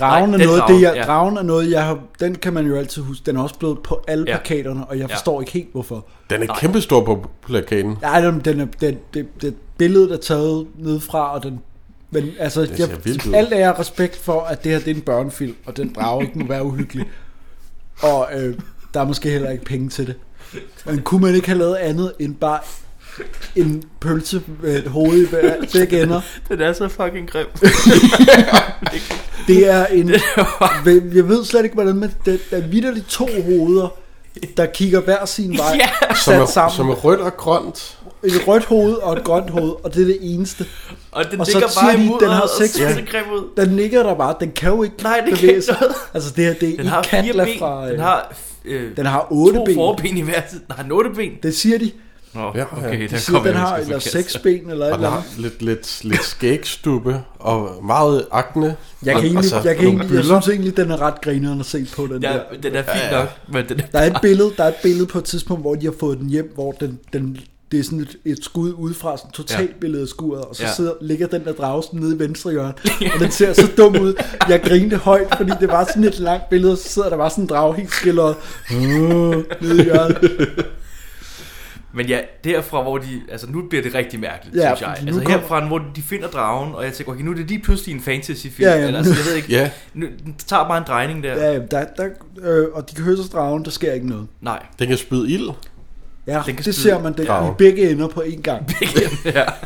Dragen Nej, er, den noget, drage, det, jeg, ja. dragen er noget, jeg har, den kan man jo altid huske. Den er også blevet på alle Ja. plakaterne, og jeg Ja. forstår ikke helt, hvorfor. Den er kæmpestor på plakaten. Nej, den, den, er- den, det, det billede der er taget nedefra, og den... Men altså, ser jeg, vildt ud. alt er jeg respekt for, at det her det er en børnefilm, og den drager ikke må være uhyggelig. Og øh, der er måske heller ikke penge til det. Men kunne man ikke have lavet andet end bare en pølse med et hoved i hver begge ender. Den er så fucking grim. Det er en... Jeg ved slet ikke, hvordan man... Der, der er vidderligt to hoveder, der kigger hver sin vej. Ja. Som Sat er, sammen. som er rødt og grønt. Et rødt hoved og et grønt hoved, og det er det eneste. Og den Og så ligger bare siger de, imod den har os, seks og ben. ser så grim ud. Den ligger der bare. Den kan jo ikke Nej, den kan bevæge ikke sig. noget. Altså det her, det er Den i har fire Katla ben. fra... øh, den har, øh, den har otte to ben. forben i hver side. Nej, den har otte ben. Det siger de. Nå, Ja, ja, okay, ja. der De siger, kommer den jeg har måske eller forkert. seks ben eller et Og den eller har andet. lidt, lidt, lidt skægstubbe og meget akne. Jeg kan og, egentlig, altså, jeg, kan nogle egentlig, jeg bylder. synes egentlig, den er ret grineren at se på, den der. Ja, den er fint nok, men den er Der er et billede, der er et billede på et tidspunkt, hvor de har fået den hjem, hvor den, den det er sådan et, et skud udefra, sådan totalt Ja. ja. billede af skuret, og så Ja. ja. sidder, ligger den der drage sådan nede i venstre [laughs] hjørne, og den ser så dum ud. Jeg grinte højt, fordi det var sådan et langt billede, og så sidder der bare sådan en drage helt skildret Mm, øh, nede i hjørnet. Men ja, derfra hvor de, altså nu bliver det rigtig mærkeligt, ja, Ja, synes jeg. nu Altså kommer- herfra, hvor de finder dragen, og jeg tænker, okay, nu er det lige pludselig en fantasyfilm, Ja, ja. eller altså, jeg ved ikke, Ja. nu, den tager bare en drejning der. Ja, ja, der, der, øh, og de kan høre sig dragen, der sker ikke noget. Nej, Den kan spyde ild. Ja, Den kan spide det ser man den, dragen. i begge ender på én gang. [laughs]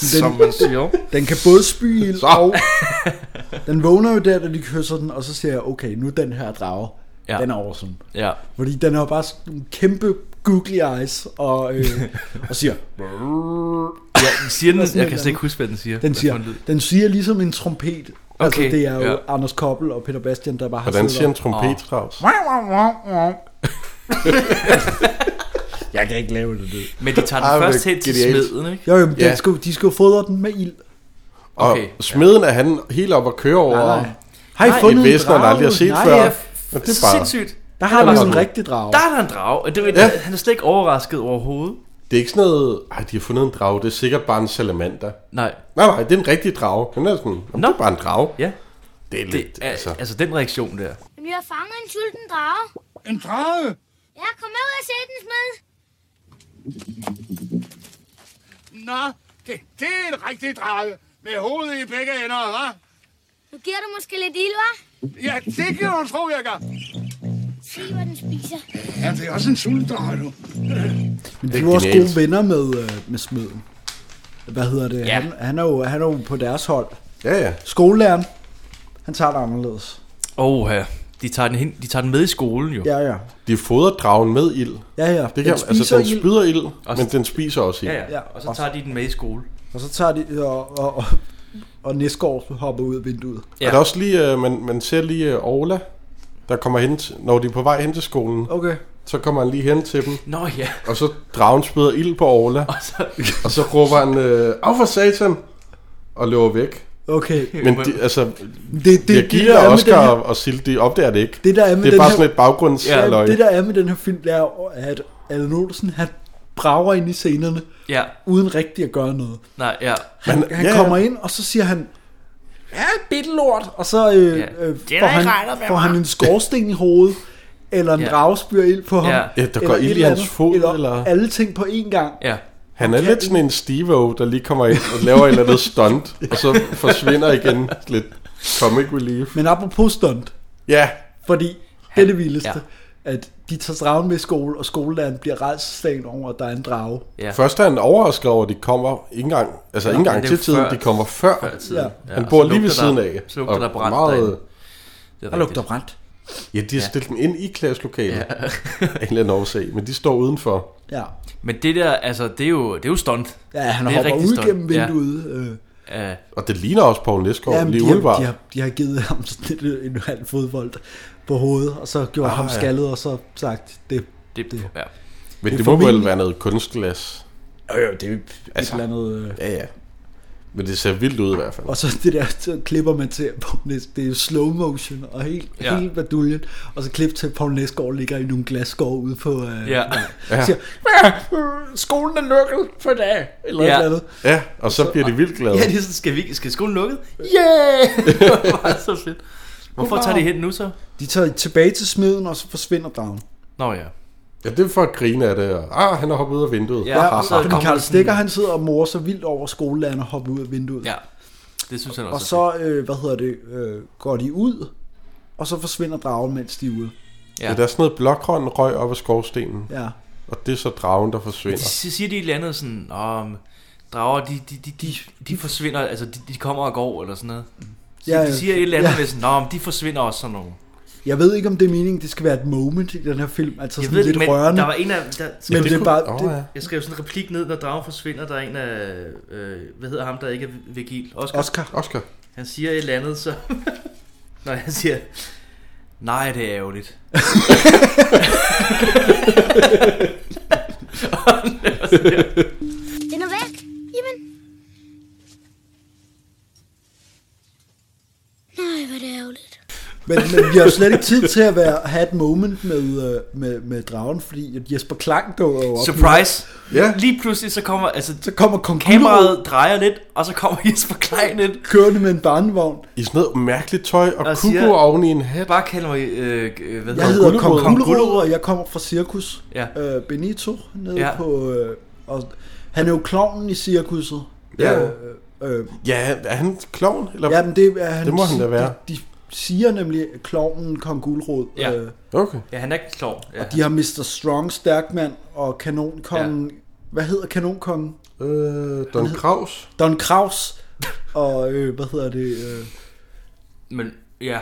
den, som man siger. Den kan både spy ild, Så. og den vågner jo der, da de kysser den, og så siger jeg, okay, nu er den her drage, Ja. ja. den er awesome. Ja, Fordi den har bare sådan nogle kæmpe googly eyes, [laughs] og, øh, og siger, ja den siger den, Det jeg er sådan et kan eller slet ikke huske, hvad den siger. den Hvad siger, for en lyd. den siger ligesom en trompet. Okay, altså, Okay, det er jo ja. Anders Koppel og Peter Bastian, der bare har Hvordan siger siddet en trompet, Claus? og- Jeg kan ikke lave det. det. Men de tager den Ej, hvor først hen til genialt. smeden, ikke? Jo, jo, men Ja. den skulle, de skulle fodre den med ild. Og Okay, smeden er han helt op at køre over. Nej, nej. Har I Nej, fundet det en vidste han drage? aldrig at se Nej, før. ja. Men Det det er er bare, sindssygt. Der har Der vi var jo en sådan- rigtig drage. Der er der en drage, og det, ved, Ja. han er slet ikke overrasket overhovedet. det er ikke sådan noget, ej, de har fundet en drage, det er sikkert bare en salamander. Nej, Nej, nej, det er en rigtig drage. Den er sådan, Nå. det er bare en drage. ja. Det er lidt, Det er, altså. altså den reaktion der. Men vi har fanget en sulten drage. [laughs] En drage? Ja, kom med ud og se den smed. Nå, det, det er en rigtig drage. Med hovedet i begge ender, hva'? Nu giver du måske lidt ild, hva'? Ja, det kan du tro, jeg gør. Se, hvad den spiser. Ja, det er også en sulten drage nu. Men Det de er var også genialt. gode venner med, øh, med smeden. Hvad hedder det? Ja. Han, han, er jo, han er jo på deres hold. Ja, ja. Skolelæreren, han tager det anderledes. Åh, ja. De tager, den hen, de tager den med i skolen jo. Ja, ja. De fodrer dragen med ild. Ja, ja. Det kan, den altså, spiser den ild. spyder ild, men den spiser også ild. Ja, ja. Ja, Og så tager de den med i skole. Og så tager de, og, og, og, og Næsgaard hopper ud af vinduet. Ja. Ja. Og der er også lige, øh, man, man ser lige øh, Orla, der kommer hen, til, når de er på vej hen til skolen, Okay. så kommer han lige hen til dem, Nå ja, [laughs] og så dragen spyder ild på Orla, og så [laughs] og så råber han, øh, af for satan, og løber væk. Okay. Men de, altså, Det, det, det, jeg det, giver der er med Oscar den her... og Silde, de opdager det ikke. Det, der er med det er den bare her- sådan et baggrunds Ja, ja, her, det, der er med den her film, det er jo, at Allen Olsen, han brager ind i scenerne, Ja, uden rigtig at gøre noget. nej, ja. Han, Men- han ja, ja. kommer ind, og så siger han, ja, bitte lort, og så øh, Ja. øh, Det er får, der ikke han, får han en skorsten i hovedet, eller en Ja. ja. dragespyr ild på ham. Ja. Ja, der går eller ild et i eller hans andet, fod, Eller, eller- alle ting på én gang. Ja, Han er lidt sådan en Steve-O, der lige kommer ind og laver et eller andet stunt, og så forsvinder igen lidt comic relief. Men apropos stunt, Ja, Fordi det er det vildeste, ja. ja. at de tager dragen med i skole, og skolelæreren bliver rejselslagen over, at der er en drage. ja. først er han overrasket over, at de kommer ikke engang, altså ikke men engang det er til tiden, før- de kommer før. Før i tiden. Ja. Han og bor så lige ved lugter siden der- af. Så lugter og der brændt meget- derinde. Det er Der lugter rigtigt. brændt. Ja, de har stillet dem ind i klasselokalet ja. af en eller anden årsag, men de står udenfor. Ja. Men det der, altså, det er jo, det er jo stunt. ja, han Det er hopper rigtig ud stunt, gennem ja. vinduet. Øh, Uh, Og det ligner også Poul Næsgaard, jamen, lige de, har, umiddelbart. de, har, de har givet ham sådan en, en halv fodbold på hovedet, og så gjorde Ah, ah, ham ja. skaldet, og så sagt, det, det, det, Det- ja. Men det det er må vel formentlig- være noget kunstglas. øh, det er altså. et eller andet... Øh, Ja, ja. Men det ser vildt ud i hvert fald. og så det der, så klipper man til, at Poul Næs- det er slow motion, og helt, Ja. ja. helt baduljen, og så klip til, at Poul Næsgaard ligger i nogle glasskår ude på... Øh, Ja. ja. Siger, "Ah, øh, skolen er lukket for i dag, eller Ja. ja. et eller andet. Ja, og så bliver de vildt glade. [laughs] ja, det er sådan, skal, vi, skal skolen lukket? [laughs] Yeah! det var bare så fedt. Hvorfor tager de hen nu så? De tager tilbage til smeden, og så forsvinder dragen. Nå ja. Ja, det er for at grine af det. Og, ah, han har hoppet ud af vinduet. Ja, Ah, ah, og så ah. kommer Fordi Karl sådan- Stikker, han sidder og morer sig vildt over skolelæren og hopper ud af vinduet. Ja, altså det synes han også. Og er så, øh, hvad hedder det, øh, går de ud, og så forsvinder dragen, mens de er ude. Ja. ja. Der er sådan noget blokhånd røg op af skovstenen. Ja. Og det er så dragen, der forsvinder. Så siger de et eller andet sådan, om drager, de, de, de, de, de forsvinder, altså de, de kommer og går, eller sådan noget. Så Ja, ja, ja. de siger et eller andet Ja. ja. med sådan, Nå, men de forsvinder også sådan nogle. Jeg ved ikke, om det er meningen, det skal være et moment i den her film, altså Jeg sådan ved lidt det, men rørende. der var en af... Der, Men det er bare... Åh, Det, ja. Jeg skrev sådan en replik ned, når dragen forsvinder, der er en af, øh, hvad hedder ham, der ikke er Vigil, Oscar. Oscar. Oscar. Oscar. Han siger et eller andet, så... [laughs] Når han siger, nej, det er ærgerligt. Den er væk. Jamen. Nej, hvor er det ærgerligt. Men, men vi har jo slet ikke tid til at være, have et moment med, øh, med, med dragen, fordi at Jesper Klang dukker jo op. Surprise! Ja. Lige pludselig så kommer, altså Så kommer kong Kameraet kameraet drejer lidt, og så kommer [laughs] Jesper Klein lidt. kørende med en barnevogn. I sådan noget mærkeligt tøj og Og kubo siger- oven i en hat. Bare kalder mig, øh, øh, hvad Jeg hedder Gulerod. Kong Gulerod, Gulerod. og jeg kommer fra Cirkus Ja. øh, Benito nede Ja. på... Øh, og han er jo klovnen i cirkuset. Ja. Øh, øh, Ja, er han klovn? Eller? ja, men det er han... Det må han da være. De, de siger nemlig klovnen Kong Gulerod. Ja. Øh, Okay. Ja, han er ikke klog. Ja. de har Mr. Strong, Stærkmand og Kanonkongen... Ja. Hvad hedder Kanonkongen? Øh, Don Kraus. Don Kraus og øh, hvad hedder det? Øh, Men, ja.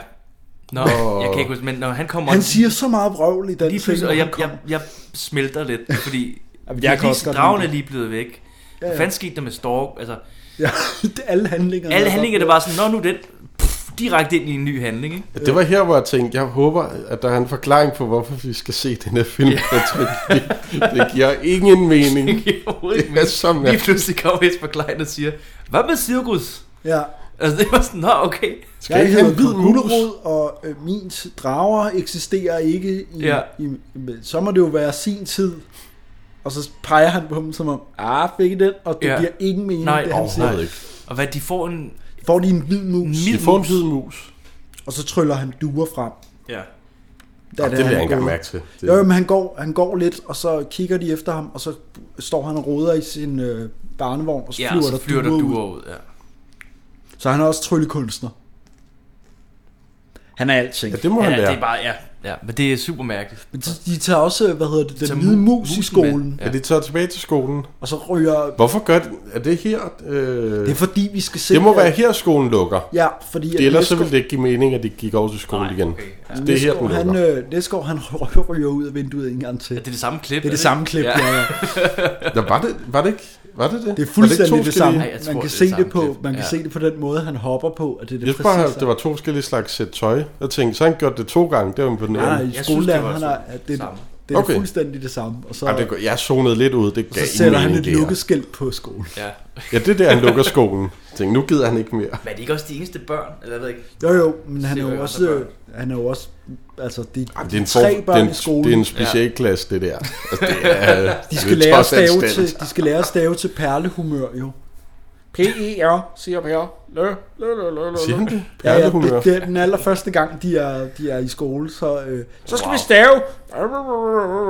Nå, Åh. jeg kan ikke huske, men når han kommer... han siger så meget vrøvl i den Lige film, pludselig, og han jeg, kom. jeg, jeg smelter lidt, fordi Jamen, jeg jeg kan lige, også godt dragen lide er lige blevet væk. Ja, Ja, ja. ja. Hvad fanden skete der med Stork? Altså, ja, [laughs] det er alle handlinger. alle handlinger, det var sådan, nå nu er den pff, direkte ind i en ny handling, ikke? [laughs] Øh. Ja, det var her, hvor jeg tænkte, jeg håber, at der er en forklaring på, hvorfor vi skal se den her film. Ja. Jeg tænkte, [laughs] det, det giver ingen mening. Det giver overhovedet ikke Det er så mening. Lige mærkeligt. pludselig kommer Jesper Klein og siger, hvad med cirkus? Ja. Altså det var sådan, nå okay. Skal Jeg ikke have en hedder hvid Hvid gulerod? Gulerod, og øh, min drager eksisterer ikke. I, Ja. i, i, så må det jo være sin tid. Og så peger han på dem som om, ah, fik I den? Og det ja. Ja. giver ingen mening, Nej, det han Overhovedet siger. ikke. Og hvad, de får en Får de en hvid mus, De mild får en hvid mus. og så tryller han duer frem. Ja. Da Det vil han jeg ikke engang går- mærke til. Det, Jo, jo, men han går, han går lidt, og så kigger de efter ham, og så står han og roder i sin øh, barnevogn, og så Ja, flyver, og så flyver der duer duer ud. ud. Ja. Så han er også tryllekunstner. Han er alting. ja, det må han ja, være. det er bare, ja. ja. Men det er super mærkeligt. Men de, de tager også, øh, hvad hedder det, Så den mu- hvide mus i musen skolen, med. Ja, de tager tilbage til skolen. og så ryger... Hvorfor gør det? Er det her? Øh, Det er fordi, vi skal se... det må at- være her, skolen lukker. Ja, fordi... Det, ellers så ville det ikke give mening, at de gik over til skolen igen. okay, ja. Så det er her, den han, lukker. øh, Næsgaard, han [laughs] ryger- ryger ud af vinduet en gang til. Ja, det er det samme klip. Det er det samme klip, ja. Ja. [laughs] ja. Ja, var, det, var det ikke? Var det det? øh, Det er fuldstændig var ikke det, to det samme. Nej, jeg tror, man kan det er se det det samme på, klip. man kan Ja. se det på den måde, han hopper på, at det er det Jeg synes bare, præcis at det var to forskellige slags sæt tøj. Jeg tænkte, så han gjorde det to gange. Det var imponerende. Nej, Nej, i det skolelærer, var han så- har, at det, samme. det er okay. Okay. fuldstændig det samme. Og så, Ej, det, går- jeg zonede lidt ud. Det gav så sætter han ingen mening, et det her. lukkeskilt på skolen. Ja. Ja, det er der, han lukker skolen. Jeg tænkte, nu gider han ikke mere. Men er det ikke også de eneste børn? Eller jeg ved ikke. Jo jo, men han er Ser jo jo også, andre øh, han er jo også, altså de, Ej, Jamen, det er en, tre det er børn en, i skolen, det er en specialklasse, det der. Altså, det er, [laughs] de, skal lære at stave til, de skal lære at stave til perlehumør jo. P-E-R, siger Per. Lø, lø, lø, lø, lø. Siger han det? Ja, ja, Perlehumør. det, det er den allerførste gang, de er, de er i skole, så, øh, så skal wow. vi stave.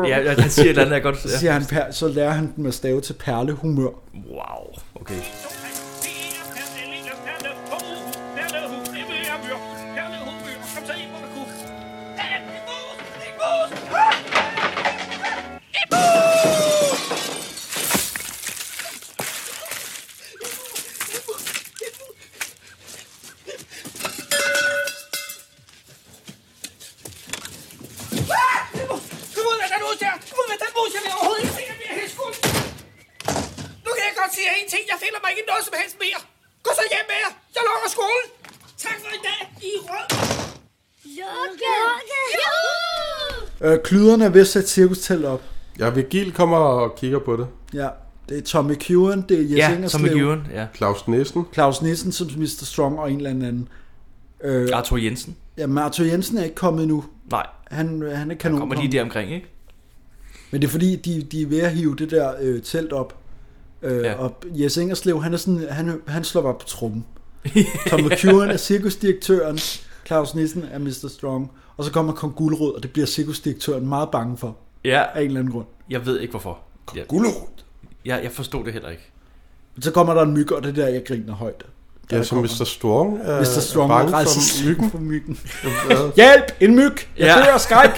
Ja, ja, han siger et eller andet, jeg godt... Så, Ja. siger han, per, så lærer han dem at stave til perlehumør. Wow, okay. Kom ud med den mus der! Kom ud med den mus, jeg vil overhovedet ikke se, at bliver helt skudt! Nu kan jeg godt sige jer en ting, jeg finder mig ikke i noget som helst mere! Gå så hjem med jer! Jeg lukker skolen! Tak for i dag, I er rød! Lukke! Juhu! Øh, klyderne er ved at sætte cirkustelt op. Ja, Virgil kommer og kigger på det. Ja, det er Tom McEwan, det er Jes Ja, som Ingerslev. McEwan, ja. Claus Nissen. Claus Nissen som Mr. Strong og en eller anden. Øh, Arthur Jensen. jamen, Arthur Jensen er ikke kommet endnu. Nej, Han, øh, han er kanon. kommer lige der omkring, ikke? Men det er fordi, de, de er ved at hive det der øh, telt op. Øh, ja. Ja. Og Jes Ingerslev, han, er sådan, han, han slår bare på [laughs] trummen. Tom McEwan er cirkusdirektøren. Claus Nissen er Mr. Strong. Og så kommer Kong Guldrød, og det bliver cirkusdirektøren meget bange for. Ja, Af en eller anden grund. jeg ved ikke hvorfor. Ja, Gullerud. jeg, jeg forstod det heller ikke. Men så kommer der en myg, og det er der, jeg griner højt. Ja, som Mr. Strong. Er, Mr. Strong er Øh, bange rejser for sig [laughs] myggen. for myggen. Ja. [laughs] Hjælp! En myg! Jeg Ja. dør af skræk!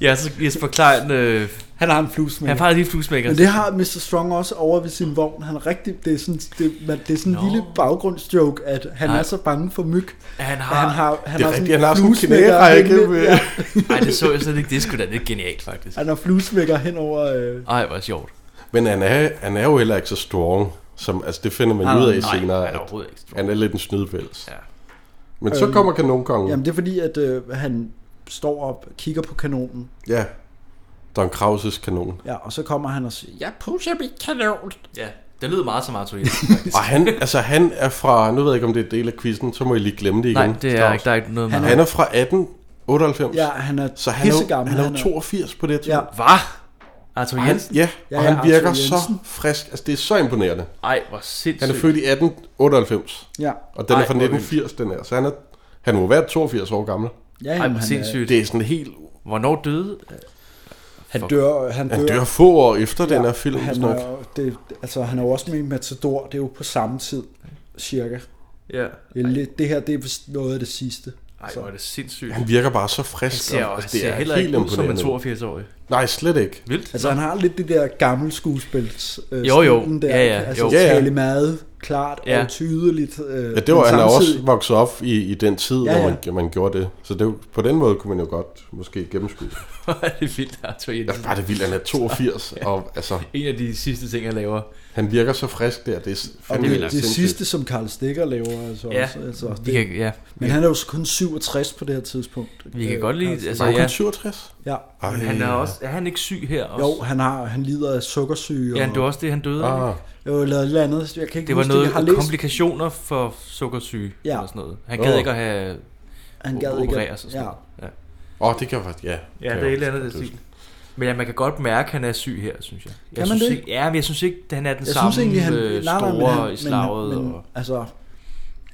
Ja, så Jesper Klein, øh, Han har en fluesmækker. han har lige fluesmækker. Men det har Mr. Strong også over ved sin vogn. Han er rigtig, det er sådan, det, man, det er sådan en lille baggrundsjoke, at han Nej. er så bange for myg. Ja, han har- at han har, han Ah, Det er har rigtigt, han har sådan en fluesmækker knærække hængende- med- Ja, Nej, det så jeg slet ikke. Det er sgu da lidt genialt, faktisk. han har fluesmækker hen over... Øh, Ej, hvor sjovt. [laughs] Men han er, han er jo heller ikke så strong. Som, altså, det finder man Nej, ah, ud af nej, senere. han er at overhovedet ikke strong. Han er lidt en snydpæls. Ja. Men så Øh, kommer kanonkongen. jamen, det er fordi, at øh, han står op, kigger på kanonen, Ja. Don Krauses kanon. ja, og så kommer han og siger, ja, pusser mit kanon. Ja, det lyder meget som Arthur [laughs] Jensen. Og han, altså, han er fra, nu ved jeg ikke, om det er del af quizzen, så må jeg lige glemme det igen. Nej, det er Claus. ikke, der er ikke noget med. Han Han Han er fra 1898. Ja, han er Så han er, jo, pissegammel. han er jo 82 på det Ja, tidspunkt. Hvad? Arthur Jensen? Ja, Ja, og ja, han virker Arthur så Jensen. frisk. Altså, det er så imponerende. Ej, hvor sindssygt. Han er født i 1898, ja. og den Ej, er fra hvor vildt. 1980, den er. Så han, er, han må være 82 år gammel. ja Ej, jamen, hvor han, er, sindssygt. Det er sådan helt... Hvornår døde? han dør, han dør, Han dør få år efter ja, den her film, han han er, nok. jo- det, altså, han er jo også med i Matador, det er jo på samme tid, cirka. Ja. Lidt, det her, det er vist noget af det sidste. Ej, Så- hvor er det sindssygt. Han virker bare så frisk. Han ser, og- altså, det ser er heller helt ikke ud som en imponerende. 82-årig. Nej, slet ikke. Vildt. Altså, han har lidt det der gamle skuespils øh, Jo, jo. stilen der, Ja, ja, altså jo. Ja, ja. tale meget klart Ja. og tydeligt. Øh, Ja, det var, men han er også samtidig- vokset op i, i den tid, Ja, ja, ja. ja. hvor man, man gjorde det. Så det, er jo- på den måde kunne man jo godt måske gennemskue. [laughs] Hvor er det vildt, Arthur Altså, Jensen. bare det vildt, han er [laughs] 82, og altså, En af de sidste ting, jeg laver. han virker så frisk der. Det er s- og fandme det, helt det, sindssygt. sidste, som Karl Stikker laver, altså, Ja. også, altså Vi det, kan, ja, men han er jo kun 67 på det her tidspunkt. vi kan øh, godt Carl lide... Stegger. Altså, Var han ja. kun 67? Ja. Ej, Han er, også, er han ikke syg her også? Jo, han, har, han lider af sukkersyge. Ja, og- det var også det, han døde af. Ah, Jo, eller et eller andet. Jeg kan ikke Det var huske noget Jeg har læst, komplikationer for sukkersyge Ja. ja. eller sådan noget. Han gad Åh. ikke at have han gad ikke. opereret sig sådan ja. noget. ja. åh, det kan faktisk, ja. Ja, det er et eller andet, det stil. Men ja, man kan godt mærke, at han er syg her, synes jeg. jeg Kan man synes det? Ikke, ja, men jeg synes ikke, at han er den Jeg samme synes egentlig, han... øh, nej, nej, men store han- i slaget. Men, men, og, altså,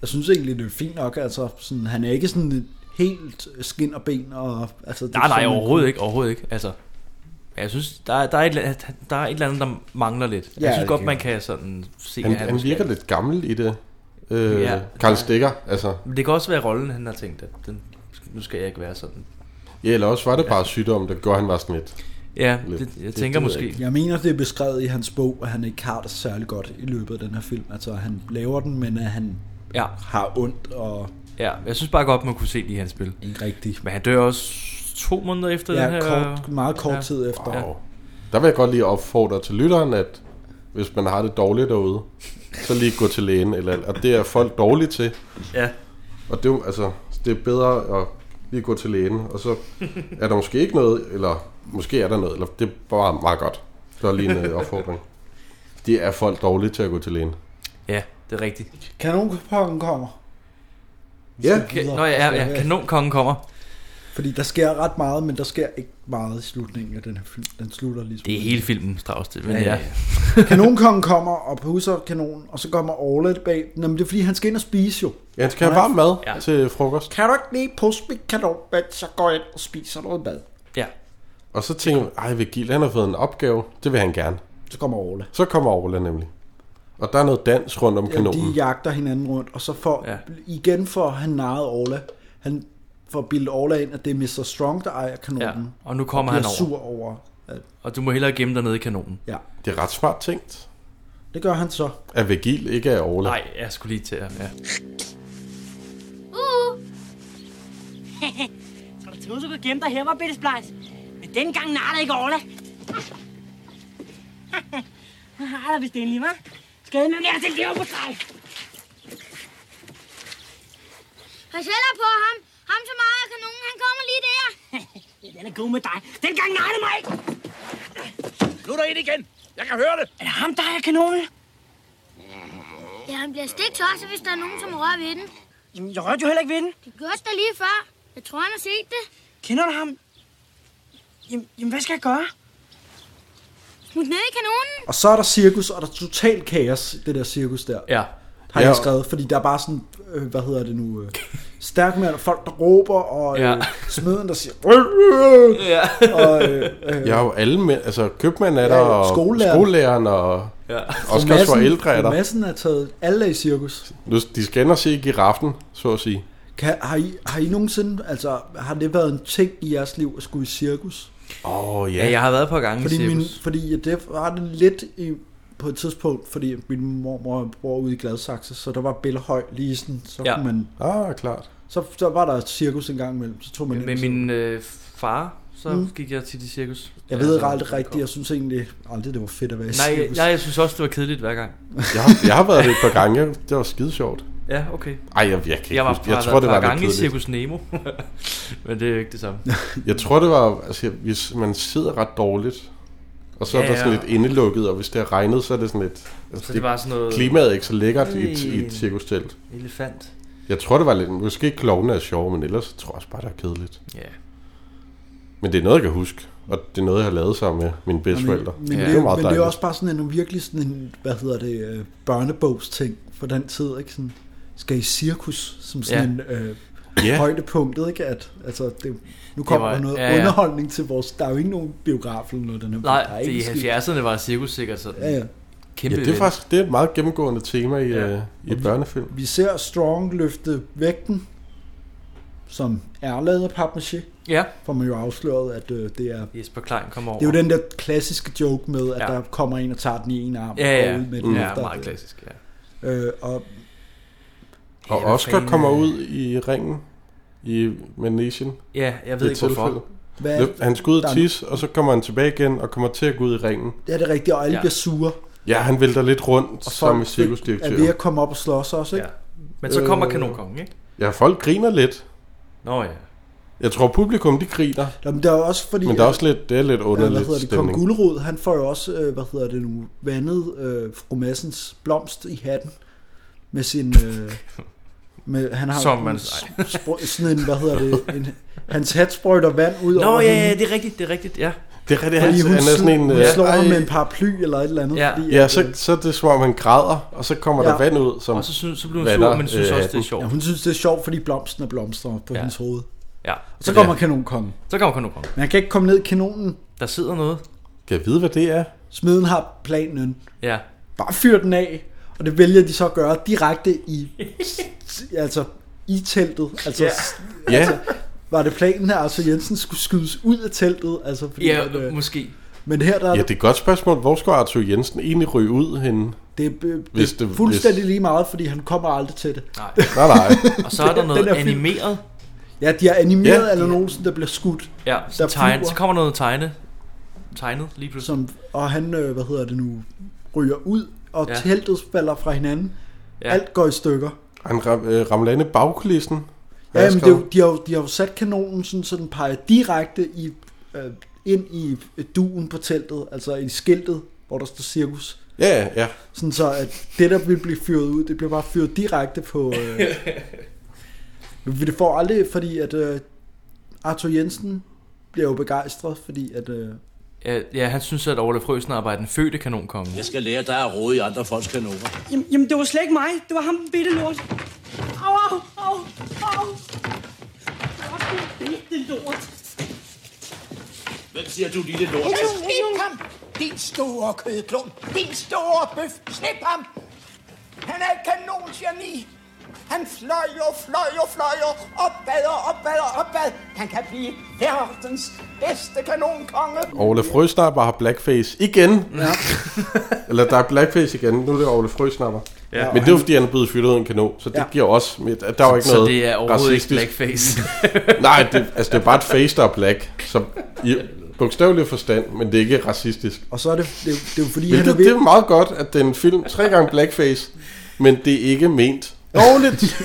jeg synes egentlig, det er fint nok. Altså, sådan, han er ikke sådan helt skin og ben. Og, altså, det er nej, nej, sådan, overhovedet ikke, overhovedet ikke. Altså, ja, jeg synes, der er, der, er et, eller andet- der er et eller andet, der mangler lidt. Ja, jeg synes det godt, kan man kan sådan se, Han, at han måske- virker lidt gammel i det. Øh, Ja. ja. Karl Stikker, altså. Men det kan også være rollen, han har tænkt, at den, nu skal jeg ikke være sådan. Ja, eller også var det bare sygdom, der gjorde, han var sådan lidt. Ja, Lidt. det, jeg Det- tænker det ved måske. jeg Jeg mener, det er beskrevet i hans bog, at han ikke har det særlig godt i løbet af den her film. Altså, han laver den, men at han Ja, har ondt og ja, jeg synes bare godt, man kunne se det i hans spil. ikke rigtig... Men han dør også to måneder efter den Ja, her... kort, meget kort ja. tid efter. Ja. Wow. Der vil jeg godt lige opfordre til lytteren, at hvis man har det dårligt derude, så lige gå til lægen. Eller, og det er folk dårlige til. Ja, Og det er, jo- altså, det er bedre at lige gå til lægen. Og så er der måske ikke noget, eller måske er der noget. Eller det er bare meget godt. Der er lige en øh, opfordring. Det er folk dårlige til at gå til lægen. ja, det er rigtigt. Kanonkongen kommer. Ja, Kan, nå ja, ja, ja, kanonkongen kommer. Fordi der sker ret meget, men der sker ikke meget i slutningen af den her film. Den slutter ligesom. Det er hele filmen, Strauss til. Men ja, ja. Kanonkongen kommer og pusser kanonen, og så kommer Orla bag. Nå, men det er fordi, han skal ind og spise jo. ja han skal have varm mad ja. til frokost. Kan du ikke lige pusse mit kanon, mens jeg går ind og spiser noget mad? ja. Og så tænker jeg, ej, Vigil, han har fået en opgave. Det vil han gerne. Så kommer Orla. Så kommer Orla nemlig. Og der er noget dans rundt om Ja, de kanonen. jagter hinanden rundt, og så får, ja. Ja. igen får han narret Orla. Han får bildet Orla ind, at det er Mr. Strong, der ejer kanonen. ja. Ja. Og nu kommer Han han er over. sur over. At, Og du må hellere gemme dig nede i kanonen. ja, Det er ret smart tænkt, det gør han så. at Vigil ikke er Orla. Nej, jeg skulle lige til at... Ja. Uh, Så du troede, du kunne gemme dig her, var Bitte Splejs. Men denne gang nar der ikke Orla. [laughs] Han har der vist endelig, hva'? Skade med mere til lever på dig. pas heller på ham. Ham som ejer kanonen, han kommer lige der. Ja, den er god med dig. Den gang nar det mig ikke. Nu er der en igen. Jeg kan høre det. Er det ham, der er kanonen? Ja, han bliver stik tosset, hvis der er nogen, som rører ved den. Jamen, jeg rørte jo heller ikke ved den. Det gjorde der lige før. Jeg tror, han har set det. Kender du ham? Jamen, jamen hvad skal jeg gøre? Smut ned i kanonen. Og så er der cirkus, og der er totalt kaos, i det der cirkus der. ja. har jeg Ja. skrevet, fordi der er bare sådan, øh, hvad hedder det nu, øh, stærk med folk, der råber, og øh, Ja. smeden, der siger, øh, øh, ja. [laughs] og øh, øh, Jeg er jo alle mænd, altså købmanden er der, ja, og skolelæreren. skolelæreren, skolelæreren og ja. Oscars Madsen- forældre er der. Madsen er taget alle er i cirkus. Nu, de skal ind og se giraffen, så at sige. Kan, har, I, har I nogensinde, altså har det været en ting i jeres liv at skulle i cirkus? Åh, oh, Ja, jeg har været på gange Fordi, min, cirkus. fordi at det var det lidt i, på et tidspunkt, fordi min mormor bor ude i Gladsaxe, så der var Bellehøj lige sådan, så, Ja. ja. man, Ah, klart. så, så var der et cirkus en gang imellem, så tog man Med ind. min øh, far, så gik jeg til det cirkus. jeg ved det aldrig rigtigt, jeg synes egentlig aldrig, det var fedt at være i Nej, cirkus. jeg, jeg synes også, det var kedeligt hver gang. Jeg har, jeg har været det et par gange. Det var skide sjovt. Ja, okay. Ej, jeg, jeg kan ikke Jeg var huske. jeg Jeg tror, det par var lidt gange i kedeligt. Cirkus Nemo. [laughs] Men det er jo ikke det samme. Jeg tror, det var, altså, hvis man sidder ret dårligt, og så ja, Ja, er der sådan ja. lidt indelukket, og hvis det har regnet, så er det sådan lidt... Altså, Så det var sådan noget Klimaet er ikke så lækkert i et, i Øh. et cirkustelt. elefant. Jeg tror, det var lidt... Måske ikke klovene er sjove, men ellers tror jeg også bare, det er kedeligt. Ja. Men det er noget, jeg kan huske, og det er noget, jeg har lavet sammen med mine bedsteforældre. Men, men, Ja. ja, det, Det er, var meget men det er dejligt. også bare sådan en virkelig sådan en, hvad hedder det, øh, børnebogsting for den tid, ikke? Sådan, skal i cirkus som sådan ja. en øh, Ja. yeah. højdepunktet, ikke? At, altså, det, nu kommer var- der noget ja, ja. underholdning til vores, der er jo ikke nogen biograf eller noget, den her der er Nej, ikke det i en skid. 70'erne var cirkus sikkert sådan Ja, ja. kæmpe Ja, det er event. faktisk det er et meget gennemgående tema i, Ja. ja. i et børnefilm. Vi ser Strong løfte vægten, som er lavet af papmaché, Ja, får man jo afsløret, at øh, det er Jesper Klein kom over. det er jo den der klassiske joke med, at Ja. ja. der kommer en og tager den i en arm Ja, og ja. går ud med den ja efter. meget klassisk. Ja. Øh, og Og Ja, hvad Oscar fanden, kommer øh. ud i ringen i Manesien. ja, jeg Det ved ikke hvorfor. hvad, Han skal ud Der og er- tisse, og så kommer han tilbage igen og kommer til at gå ud i ringen. Ja, det er rigtigt, og alle Ja. ja. bliver sure. Ja, han vælter lidt rundt Og sammen med er ved cirkusdirektøren. at komme op og slås også, ikke? Ja. Men så kommer Øh. kanonkongen, ikke? Ja, folk griner lidt. Nå ja. Jeg tror, publikum de griner, Ja. Men der er jo også fordi, men der er også lidt, det er lidt at, øh, hvad underligt hedder det, Kong stemning. Guldrod, han får jo også, øh, hvad hedder det nu, vandet øh, fru Massens blomst i hatten med sin... Øh, med, han har Som en man- s- sprø- sådan en, hvad hedder det, en, hans hat sprøjter vand ud Nå over ja, hende, ja, det er rigtigt, det er rigtigt, ja. Det er rigtigt, han, fordi hun, han er sådan en... hun øh, slår ham ej. med en paraply eller et eller andet. Ja. fordi, Ja, at, så, øh, så er det som om, han græder, og så kommer der Ja. vand ud, som... Og så, synes, så blev hun Vander, sur, men synes også, øh, det er hatten. sjovt. ja, hun synes, det er sjovt, fordi blomsten er blomster på Ja. ja. hendes hoved. Ja. Og så kommer kanonkongen. Så kommer kanonkongen. Men han kan ikke komme ned i kanonen. Der sidder noget. Kan jeg vide, hvad det er? Smeden har planen. Ja. bare fyr den af, og det vælger de så at gøre direkte [laughs] i, altså i teltet. Altså, Ja. ja. Ja, var det planen her, altså Jensen skulle skydes ud af teltet? Altså, fordi, Ja, at, øh, måske. men her der, ja ja, det er et godt spørgsmål. Hvor skulle Arthur Jensen egentlig ryge ud henne? det, det, hvis det- det, det hvis- er fuldstændig lige meget, fordi han kommer aldrig til det. Nej. Nej, nej. Og [laughs] så er der noget Den er fin. animeret. Ja, de har animeret Ja. ja, Allan Olsen, der bliver skudt, Ja, så, Der tegn, flyver. så kommer noget tegne. Tegnet lige pludselig. som, og han, øh, hvad hedder det nu, ryger ud, og Ja. ja. teltet falder fra hinanden. Ja. Ja. Alt går i stykker. Han ram, øh, ramler inde i bagkulissen. har Ja, jeg men det, er skrevet. jo- de, har, jo- de har jo sat kanonen sådan, så den peger direkte i, øh, ind i øh, duen på teltet, altså i skiltet, hvor der står cirkus. Ja, ja, ja. Sådan så, at det, der vil blive fyret ud, det bliver bare fyret direkte på... Øh... Men det får aldrig, fordi at øh, Arthur Jensen bliver jo begejstret, fordi at... Øh... Ja, ja, han synes, at Orle Frøsner er den fødte kanonkonge. Jeg skal lære dig at rode i andre folks kanoner. Jamen, jamen, det var slet ikke mig. Det var ham, den bitte lort. Au, au, au, au. Godt, du bitte lort. Hvem siger du, lille lort? Slip ham! Din store kødklon! Din store bøf! Slip ham! Han er et kanongeni! Han fløj og fløj og fløj og opad og opad og opad. Han kan blive verdens bedste kanonkonge. Orle Frøsnapper har blackface igen. Ja. [laughs] Eller der er blackface igen. Nu er det Orle Frøsnapper. Ja, men det er jo fordi, han er blevet fyldt ud af en kanon, så det ja. Ja. giver også... Der er jo ikke Så noget det er overhovedet ikke racistisk. [laughs] blackface. [laughs] Nej, det, altså det er bare et face, der er black. Så i bogstavelig forstand, men det er ikke racistisk. Og så er det, det, er jo- det er jo fordi, han er Hvilket, ved... det er meget godt, at den film tre gange blackface, men det er ikke ment dårligt.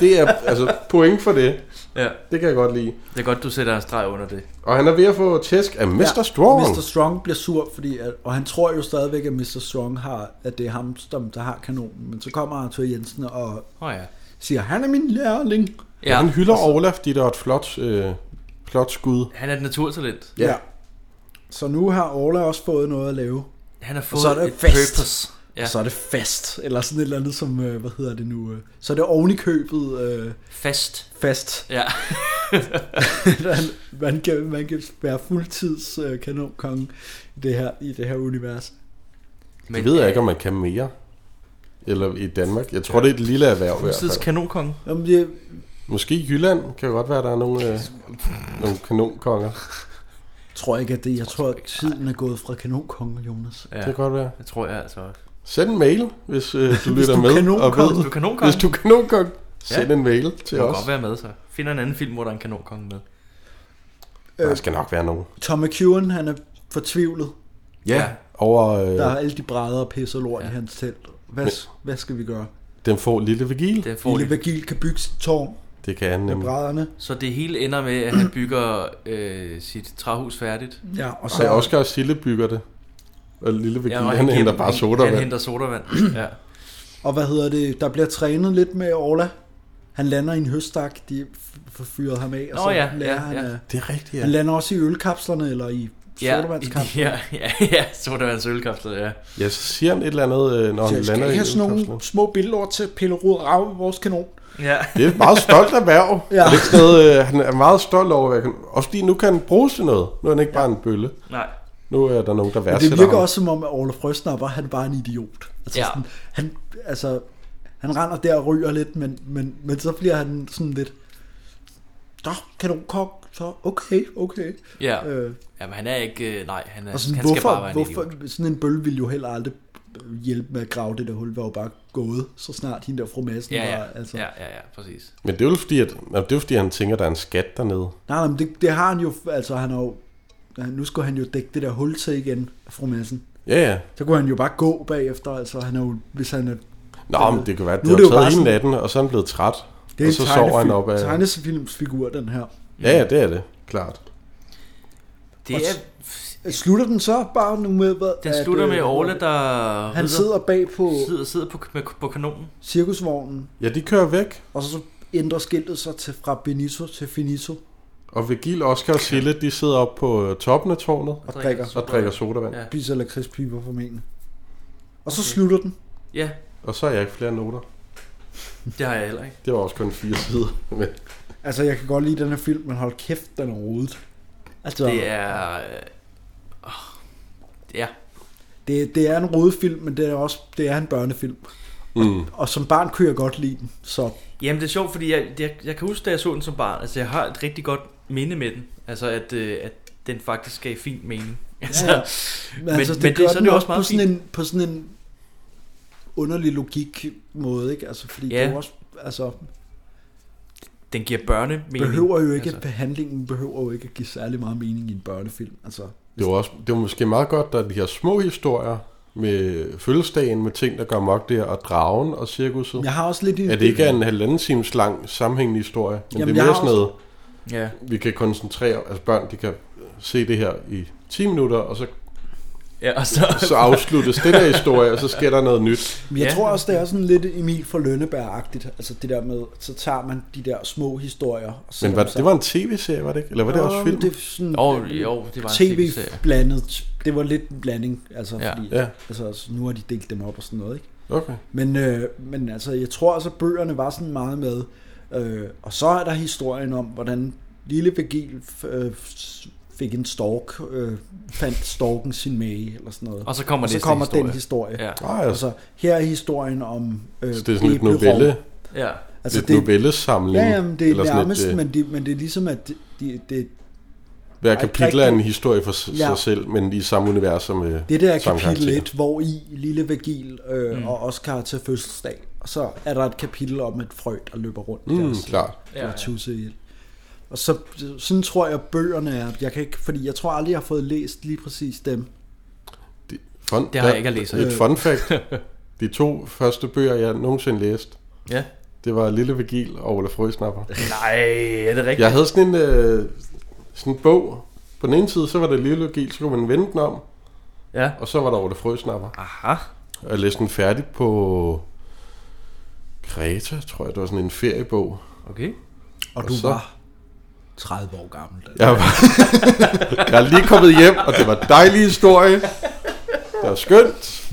det er altså point for det. ja, Det kan jeg godt lide. det er godt, du sætter en streg under det. Og han er ved at få tæsk af Mr. Ja, Ja, Strong. Mr. Strong bliver sur, fordi, at, og han tror jo stadigvæk, at Mr. Strong har, at det er ham, der, der har kanonen. Men så kommer Arthur Jensen og Åh oh, ja. siger, han er min lærling. Ja, Ja. Han hylder Olaf, fordi det var et flot, øh, flot skud. han er et naturtalent. Ja. Så nu har Orla også fået noget at lave. Han har fået Og så er det et fast. purpose. Ja, Ja. Så er det fast, eller sådan et eller andet som, øh, hvad hedder det nu? øh, Så er det oven i købet øh, fast. fast. Ja, [laughs] man, kan, man kan være fuldtids øh, kanonkonge i det, her, i det her univers. Men, det ved øh, jeg ikke, om man kan mere. Eller i Danmark. Jeg tror, det er et lille erhverv i hvert Fuldtids fald. kanonkonge. Jamen, det, Måske i Jylland kan det godt være, der er nogle, øh, nogle kanonkonger. tror ikke, at det... Jeg tror, at tiden er gået fra kanonkongen, Jonas. Ja. Det kan godt være. Det tror jeg altså også. Send en mail, hvis øh, du lytter du med. kanonkong. og ved, Hvis du kanonkong. Hvis du kanonkong, send en mail Du til må os. godt være med, så. Finder en anden film, hvor der er en kanonkonge med. Der skal nok være nogen. Tom McEwan, han er fortvivlet. Ja, over Der er øh, alle de brædder og pisse og lort ja. i hans telt. Hvad, hvad skal vi gøre? den får lille vigil. Det får Lille de. Vagil kan bygge sit tårn Det kan han med nemlig. brædderne. Så det hele ender med, at han bygger øh, sit træhus færdigt. Ja, og så... Så Oscar og Sille bygger det. Og lille vigil, ja, han, han giver henter dem- bare sodavand. Han henter [clears throat] sodavand, ja. Og hvad hedder det? Der bliver trænet lidt med Orla. Han lander i en høstak, de f- f- fyret ham af, og Nå så ja, lærer ja, han... ja. at- Det er rigtigt, ja. Han lander også i ølkapslerne, eller i Ja, sodavandskapsler. ja, [laughs] ja, ja, sodavandsølkapsler, ja. Ja, så siger han et eller andet, øh, når han Jeg skal lander ikke i have sådan ølkapslen. nogle små billeder til pillerud og rave vores kanon. Ja, Det er et meget stolt erhverv. [laughs] Ja. Ja. Er det ikke sådan noget, øh, han er meget stolt over, at han, også fordi nu kan han bruges til noget. Nu er han ikke bare en bølle. nej. Nu er der nogen, der Men det værdsætter virker ham. også som om, at Orla Frøsnapper, han bare er en idiot. Altså, Ja. sådan, han, altså, han render der og ryger lidt, men, men, men så bliver han sådan lidt... Nå, kanonkok, så okay, okay. Ja, Øh, Jamen, han er ikke... Øh, nej, han, er, og sådan, han skal bare hvorfor, være en idiot. hvorfor, sådan en bøl ville jo heller aldrig hjælpe med at grave det der hul, var jo bare gået, så snart hende der fru Madsen Ja, ja, var, altså. ja, ja, ja, præcis. Men det er jo fordi, at, nå, det er jo fordi, han tænker, at der er en skat dernede. Nej, nej, men det, det har han jo, altså han har jo, han- nu skulle han jo dække det der hul til igen, fru Madsen. Ja, ja. Så kunne han jo bare gå bagefter, altså han er jo, hvis han er, Nå, men det kan være, at Nu det er har det jo taget bare hele sådan- natten, og så er han blevet træt. det er og så en sover han op tegnefilm, af... tegnefilmsfigur, den her. Ja, ja, det er det. Klart. Det er, Slutter den så bare nu med, hvad, den slutter øh, med Orla, der han sidder bag på sidder, sidder på, med, på kanonen. cirkusvognen, Ja, de kører væk. og så ændrer skiltet sig til, fra Benito til Finito, Og Vigil, Oscar og Sille, de sidder op på øh, toppen af tårnet og drikker, og drikker sodavand. Ja. Ja. spiser lakridspiber formentlig. Og så slutter den. Ja, Og så har jeg ikke flere noter. det har jeg heller ikke. Det var også kun fire sider. [laughs] Men Altså, jeg kan godt lide den her film, men hold kæft, den er rodet. Altså, Det er... Øh, oh, ja, Det, det er en rodefilm, men det er også det er en børnefilm. Mm. Og som barn kunne jeg godt lide den, så Jamen det er sjovt, fordi jeg, jeg, jeg kan huske, da jeg så den som barn, altså jeg har et rigtig godt minde med den. Altså at, øh, at den faktisk gav fin mening. Altså, ja. Men- men det- altså, gør så er den det jo også på meget sådan, en, på sådan en underlig logik måde, ikke? Altså, fordi Ja. ja. det er jo også, altså, den giver børne mening. behøver jo ikke, altså. Altså. behandlingen behøver jo ikke at give særlig meget mening i en børnefilm. Altså, det var, også, det var måske meget godt, der er de her små historier med fødselsdagen, med ting, der gør mok der, og dragen og cirkuset. Ja. jeg har også lidt en... At det ikke er en halvanden times lang sammenhængende historie, men Jamen, Jamen, det er jeg mere har sådan noget, Ja. vi kan koncentrere, altså børn, de kan se det her i 10 minutter, og så, ja, og så, så afsluttes den her historie, og så sker der noget [laughs] nyt. Men jeg Ja. ja. tror også, det er sådan lidt Emil fra Lønneberg-agtigt. Altså det der med, så tager man de der små historier. Og Men sætter var, dem det var en tv-serie, var det ikke? Eller var det også film? Det er sådan, Jo, jo, det var en tv tv-serie. blandet. Det var lidt en blanding, altså, Ja. ja. fordi, Ja. ja. altså så nu har de delt dem op og sådan noget, ikke? Okay. Men, øh, men altså, jeg tror også, at bøgerne var sådan meget med. Øh, og så er der historien om, hvordan lille Begil øh, s- fik en stork, øh, fandt storken sin mage, eller sådan noget. Og så kommer og så næste kommer historie. den historie. Ja. Ah, ja. Altså, her er historien om... Øh, Så det er sådan lidt æblerov. novelle, ja. altså lidt det, novellesamling. Ja, jamen, det er sådan nærmest, øh, men, det, men det er ligesom, at det, det, det, Hver Ej, kapitel er en historie for s- Ja. sig selv, men i samme univers som øh, Det der er samme kapitel karakterer. 1, hvor i Lille Vagil øh, mm. og Oscar til fødselsdag. Og så er der et kapitel om et frø, der løber rundt. i Mm, deres- klart. Ja, ja. Og tusse ihjel. Og så, sådan tror jeg, bøgerne er. Jeg kan ikke, fordi jeg tror aldrig, jeg har fået læst lige præcis dem. Det, fun, Det har jeg ikke at læse. Et fun fact. De to første bøger, jeg nogensinde læste, ja. det var Lille Vigil og Ole Frøsnapper. Nej, er det rigtigt? Jeg havde sådan en, øh, sådan en bog. På den ene side, så var det Lille Vigil, så kunne man vende den om, Ja. og så var der Ole Frøsnapper. Aha. Og jeg læste den færdig på Kreta, tror jeg. Det var sådan en feriebog. Okay. Og du så? var 30 år gammel. Da. Jeg var, [laughs] jeg er lige kommet hjem, og det var en dejlig historie. Det var skønt.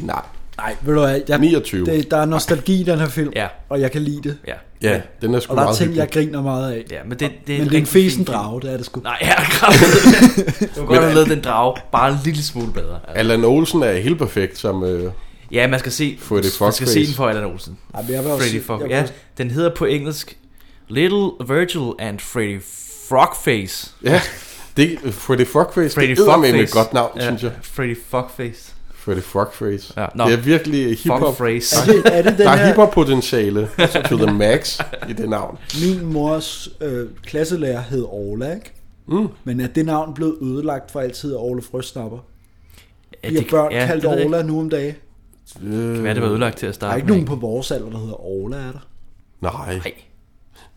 Nej, Nej, ved du hvad? Jeg, 29. det, der er nostalgi i den her film, Ja. og jeg kan lide det. Ja. Ja, den er sgu Og der er meget ting, jeg hyggelig. griner meget af. Ja, men det, det Men det er en rigtig fesen fin film. drage, det er det sgu. Nej, ja, [laughs] kraft. Du kan godt have lavet den drage bare en lille smule bedre. Altså. Allan Olsen er helt perfekt som... Øh, Ja, man skal se, Freddy man skal Fuckface. se den for Allan Olsen. Ej, men jeg vil også Freddy sige- Fuck. jeg vil Ja, også- den hedder på engelsk Little Virgil and Freddy Frogface. Ja, det, Freddy Frogface, Freddy Freddy det er med et Fuckface. godt navn, ja. Ja. synes jeg. Freddy Fuckface. Freddy Frogface. Ja, nå. det er virkelig hiphop. Fuckface. Er det, [laughs] er det den Der er her, hiphop-potentiale to the max [laughs] i det navn. min mors øh, klasselærer hed Orla, ikke? Mm. Men er det navn blevet ødelagt for altid af Orle Frøsnapper? Ja, Vi har børn ja, kaldt det ved jeg Orla nu om dagen. ikke. Hvad er det var ødelagt til at starte Der er ikke nogen på vores alder, der hedder Orla, er der? Nej, Nej. det er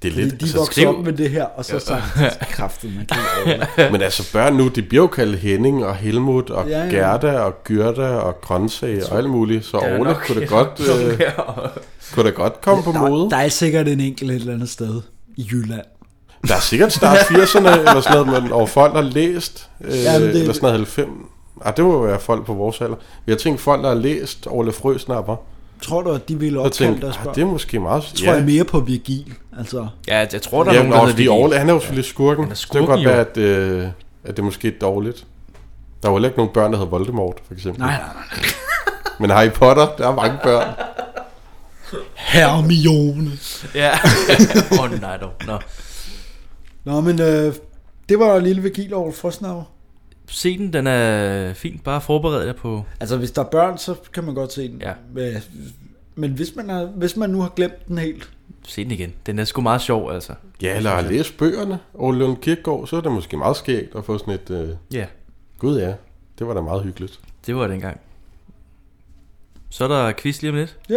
Fordi lidt... de altså, voksede skriv- op med det her, og så sagt, kraftigt, man kan [laughs] Orla. Men altså børn nu, de bliver jo kaldt Henning og Helmut og Ja, ja, ja. ja. Gerda og Gyrda og Grøntsag og alt muligt. Så er Ole nok- [laughs] kunne da godt, øh, Øh... kunne da godt komme på mode. Der, der er sikkert en enkelt et eller andet sted i Jylland. Der er sikkert start 80'erne eller sådan noget, men over folk, der har læst, øh, Jamen, det- det... eller sådan noget 90. Ah, det må jo være folk på vores alder. Jeg tænkte folk, der har læst Ole Frøsnapper, Tror du, at de ville der opkalde tænkte, deres børn? ah, det er måske meget... tror jeg mere på Virgil. Altså, Ja, jeg tror, der Ja, er men nogen, der også hedder fordi Vigil. Orle, han er jo selvfølgelig skurken. er Det kan skurken, godt være, at, øh, at det er måske er dårligt. Der var heller ikke nogen børn, der hed Voldemort, for eksempel. nej, nej, nej. Men Harry Potter, der er mange børn. Hermione. Ja. [laughs] Åh, oh, nej dog. Nå. Nå, men øh, det var lille Virgil over Frostnav. Se den, den er fint. Bare forbered dig på... Altså, hvis der er børn, så kan man godt se den. Ja. Men- Men hvis man, er, hvis man nu har glemt den helt, Se den igen. Den er sgu meget sjov, altså. Ja, eller at læse bøgerne. Ole Lund Kirkegaard, så er det måske meget skægt at få sådan et... Øh, Ja. Yeah. Gud ja, det var da meget hyggeligt. Det var dengang. Så er der quiz lige om lidt. ja,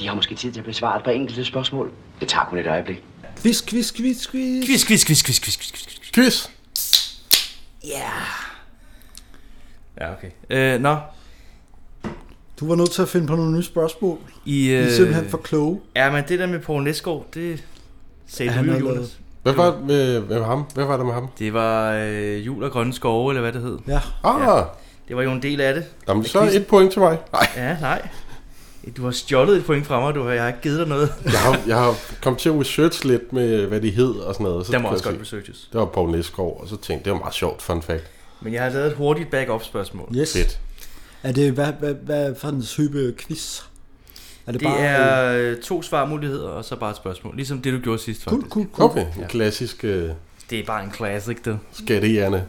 I har måske tid til at besvare et par enkelte spørgsmål. Det tager kun et øjeblik. quiz, quiz, quiz, quiz. Quiz, quiz, quiz, quiz, quiz, quiz, quiz. Quiz! Ja, okay. Øh, nå. Du var nødt til at finde på nogle nye spørgsmål. I, De øh, er simpelthen for kloge. Ja, men det der med Poul Næsgaard, det sagde Ja, ja, han du jo, har Jonas. lavet- Hvad var, med, hvad, var ham? hvad var der med ham? Det var øh, Jul og Grønne Skove, eller hvad det hed. Ja, Ah, Ja. Det var jo en del af det. jamen, så Quiz. et point til mig. Nej, Ja, nej. Du har stjålet et point fra mig, du har, jeg har ikke givet dig [laughs] noget. [laughs] jeg har, jeg har kommet til at research lidt med, hvad de hed og sådan noget. Så Der må kan også jeg godt se. researches. Det var Poul Næsgaard, og så tænkte jeg, det var meget sjovt, fun fact. Men jeg har lavet et hurtigt back-up spørgsmål. yes. Fedt. Er det, hvad, hvad, hvad for en type quiz? Er det, Det bare... er øh, to svarmuligheder, og så bare et spørgsmål. Ligesom det, du gjorde sidst, Cool, faktisk. cool, cool. Okay, en klassisk øh, Det er bare en classic, det. skattejerne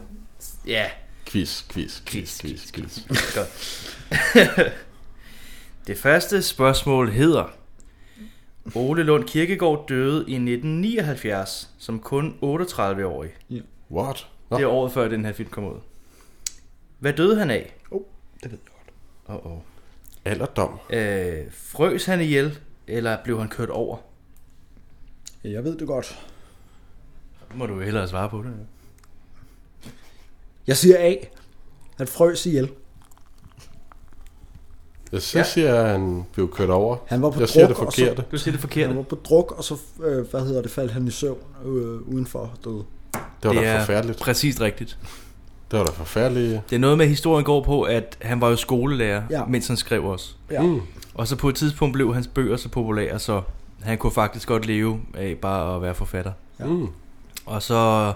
Ja, quiz, quiz, Quiz, quiz, quiz, quiz. Godt. det første spørgsmål hedder... Ole Lund Kirkegaard døde i 1979 som kun 38-årig. What? Det er Nå, året før den her film kom ud. Hvad døde han af? Det ved jeg godt. Oh, oh. alderdom. Øh, frøs han ihjel, eller blev han kørt over? Jeg ved det godt. Må du jo hellere svare på det. Jeg siger A. Han frøs ihjel. Jeg så siger jeg, at han blev kørt over. Han var på jeg siger druk, det og så- forkerte. Du siger det Han var forkert. på druk, og så, øh, hvad hedder det, faldt han i søvn øh, udenfor og døde. Det var Det da er forfærdeligt. præcist rigtigt. Det var da forfærdeligt. Det er noget med, at historien går på, at han var jo skolelærer, Ja. ja. mens han skrev også. Ja. Mm. Og så på et tidspunkt blev hans bøger så populære, så han kunne faktisk godt leve af bare at være forfatter. Ja. Mm. Og så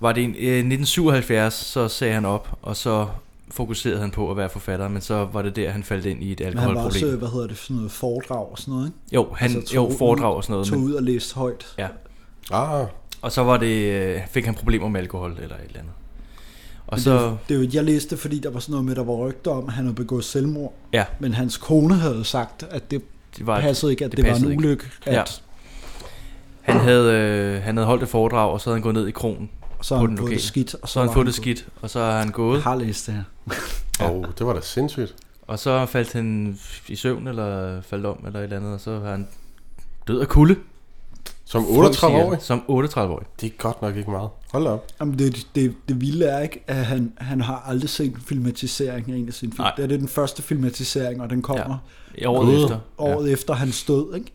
var det en, øh, 1977, så sagde han op, og så fokuserede han på at være forfatter, men så var det der, han faldt ind i et Men han var alkoholproblem. også, øh, hvad hedder det, sådan noget foredrag og sådan noget, ikke? Jo, han altså, altså, tog jo, ud- foredrag og sådan noget. Tog Men, ud og læste højt. ja. Ah, Og så var det, øh, fik han problemer med alkohol eller et eller andet. Og Så... så, Det er jo, jeg læste det, fordi der var sådan noget med, der var rygter om, at han havde begået selvmord. ja, Men hans kone havde sagt, at det, det var, var, passede ikke, at det, det det var passede en ikke. ulykke. At, Ja. han, havde, øh, han havde holdt et foredrag, og så havde han gået ned i krogen. Og så på har han den fået det lokale. skidt. Og Og så har han fået det gået. skidt, og så har han gået. Jeg har læst det her. oh, det var da sindssygt. Og så faldt han i søvn, eller faldt om, eller et eller andet, og så har han død af kulde. Som 38 år. Som 38-årig. Det er godt nok ikke meget. Hold da op. Jamen det, det, det vilde er ikke, at han, han har aldrig set en filmatisering af en af sine film. Nej. Det er det den første filmatisering, og den kommer I året Gud. efter. ja. året efter hans død. Ikke?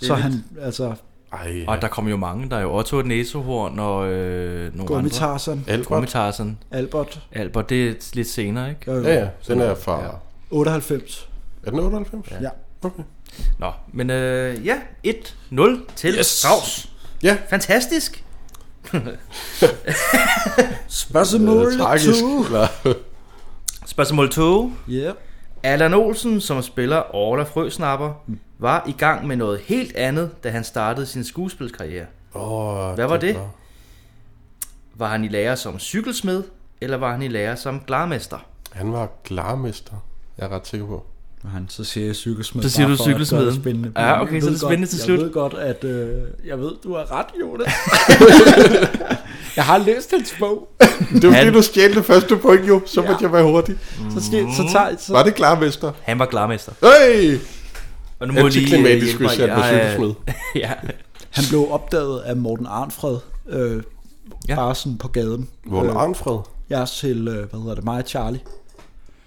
Så han, altså, Ej, Og der kom jo mange. Der er jo Otto Næsehorn og øh, nogle Gummitarsen. andre. Albert. Gummitarsen. Albert. øh, Albert, det er lidt senere, ikke? Jo, jo. Ja, ja. Den er fra... 98. Er den 98? Ja. Okay. Nå, men øh, ja, 1-0 til yes. Strauss. Ja. Fantastisk. Spørgsmål Det er tragisk, to. eller- Spørgsmål 2. Yep. Allan Olsen, som spiller Orla Frøsnapper, var i gang med noget helt andet, da han startede sin skuespilskarriere. Oh, Hvad var det? Var han i lære som cykelsmed, eller var han i lære som glarmester? Han var glarmester. Jeg er ret sikker på. Og han, så siger jeg cykelsmed. Så siger bare du for at gøre cykelsmeden. det spændende. Ja, Jeg okay, ved så er det godt- spændende til slut. Jeg ved godt, at øh, jeg ved, du har ret, [laughs] Jonas. jeg har læst hans bog. Det var fordi, du stjal det første point, jo. Så måtte jeg være hurtig. Så, skal, så tager så, Var det glarmester? Han var glarmester. Hey! Og nu må jeg lige øh, Antiklimatisk, hjælpe mig. hvis jeg er på cykelsmed. ja. Han blev opdaget af Morten Arnfred, øh, Ja. ja. bare sådan på gaden. Øh, Morten Arnfred? Ja, til, øh, hvad hedder det, mig og Charlie.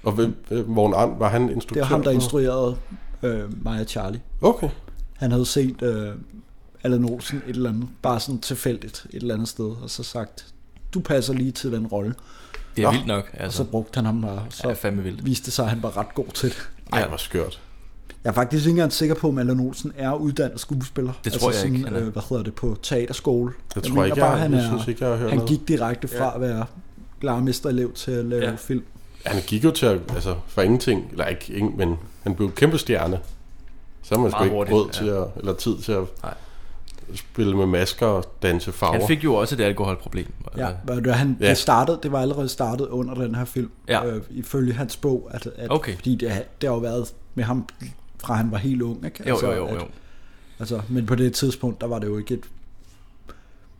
Og hvem, øh, Morten Arndt, var han instruktør? Det var ham, der på? instruerede øh, mig og Charlie. Okay. Han havde set øh, Allan Olsen et eller andet, bare sådan tilfældigt et eller andet sted, og så sagt, du passer lige til den rolle. [laughs] Det er vildt nok, Altså. altså. Og så brugte han ham bare, og så Ja, fandme vildt. viste det sig, at han var ret god til det. Ej, hvor skørt. Jeg er faktisk ikke engang sikker på, om Allan Olsen er uddannet skuespiller. Det tror jeg sådan, ikke, han er. Øh, hvad hedder det, på teaterskole. Det tror jeg mener ikke, jeg- jeg synes ikke, jeg har hørt Han noget. gik direkte fra at være glarmesterelev til at lave ja. film. Han gik jo til at, altså, for ingenting, eller ikke ingen, men han blev kæmpe stjerne. Så har man sgu Meget ikke hurtigt, råd ja. til at, eller tid til at Nej. spille med masker og danse farver. Han fik jo også et alkoholproblem. øh, Ja, hvad det, var, han, Ja. ja. det, startede, det var allerede startet under den her film, Ja. øh, ifølge hans bog, at, at Okay. fordi det, har- det har jo været med ham fra han var helt ung. Ikke? Jo, jo, jo, jo. At, altså, men på det tidspunkt, der var det jo ikke et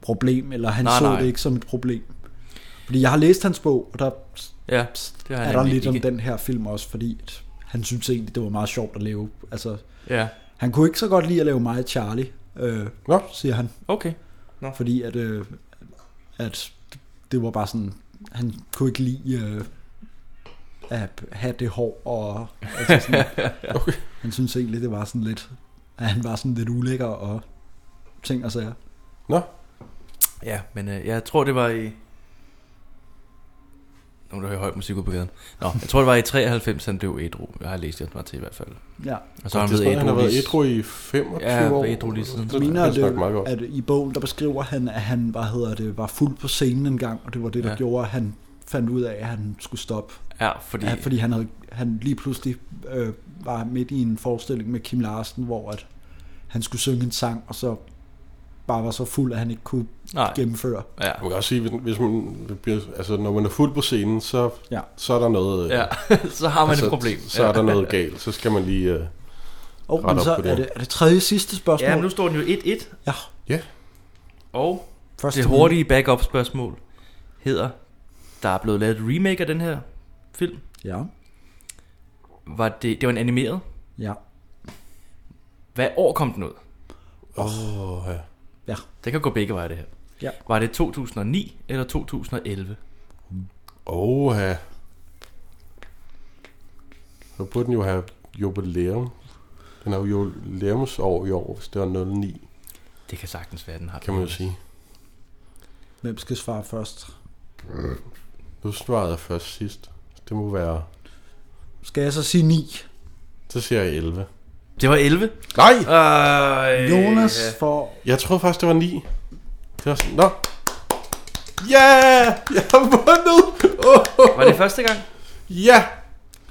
problem, eller han Nej, nej, så nej. nej. det ikke som et problem. Fordi jeg har læst hans bog, og der Ja, det har er han der nemlig lidt om ikke. den her film også, fordi at han synes egentlig, det var meget sjovt at lave. Altså, Ja. han kunne ikke så godt lide at lave mig og Charlie, øh, Nå. siger han. Okay. Nå. Fordi at, øh, at det var bare sådan, han kunne ikke lide øh, at have det hår, og altså sådan, [laughs] Okay. han synes egentlig, det var sådan lidt, at han var sådan lidt ulækker og ting og sager. Ja, men øh, jeg tror, det var i... Nu er der højt musik ude på gaden. Nå, jeg tror, det var i 93, han blev ædru. Jeg har læst det mig til i hvert fald. Ja. Og så har han Jeg tror, været han har ædru været lige- ædru i 25 Ja, år. ædru lige siden. Det mener, passer nok at, meget meget godt. at i bogen, der beskriver han, at han hvad hedder det, var fuld på scenen en gang, og det var det, der Ja. ja. gjorde, at han fandt ud af, at han skulle stoppe. Ja, fordi... Ja, fordi han, havde, han lige pludselig øh, var midt i en forestilling med Kim Larsen, hvor at han skulle synge en sang, og så bare var så fuld, at han ikke kunne Nej. Nej. gennemføre. Ja. Man kan også sige, hvis, hvis man bliver, altså, når man er fuld på scenen, så, Ja. så er der noget... øh, Ja, [laughs] så har man et problem. Altså, Så Ja. er der noget galt. Så skal man lige... Øh, Og Ret men op så på det. er det, er det tredje sidste spørgsmål. Ja, nu står den jo 1-1. ja. ja, Og Første det hurtige backup spørgsmål hedder, der er blevet lavet et remake af den her film. Ja, Var det, det var en animeret. ja, Hvad år kom den ud? Åh, ja. ja. Det kan gå begge veje, det her. Ja. Var det 2009 eller 2011? Åh, ja. Så burde den jo have jubilæum. Den har jo jubilæumsår i år, hvis det var 09, Det kan sagtens være, den har. kan man jo sige. Hvem skal svare først? Nu svarede jeg først sidst. Det må være... Skal jeg så sige 9? Så siger jeg 11. Det var 11. Nej! Øh, Jonas for Jeg troede først, det var 9. Det var sådan... Nå! Ja! Yeah! Jeg har vundet! [laughs] Oh, Var det første gang? ja!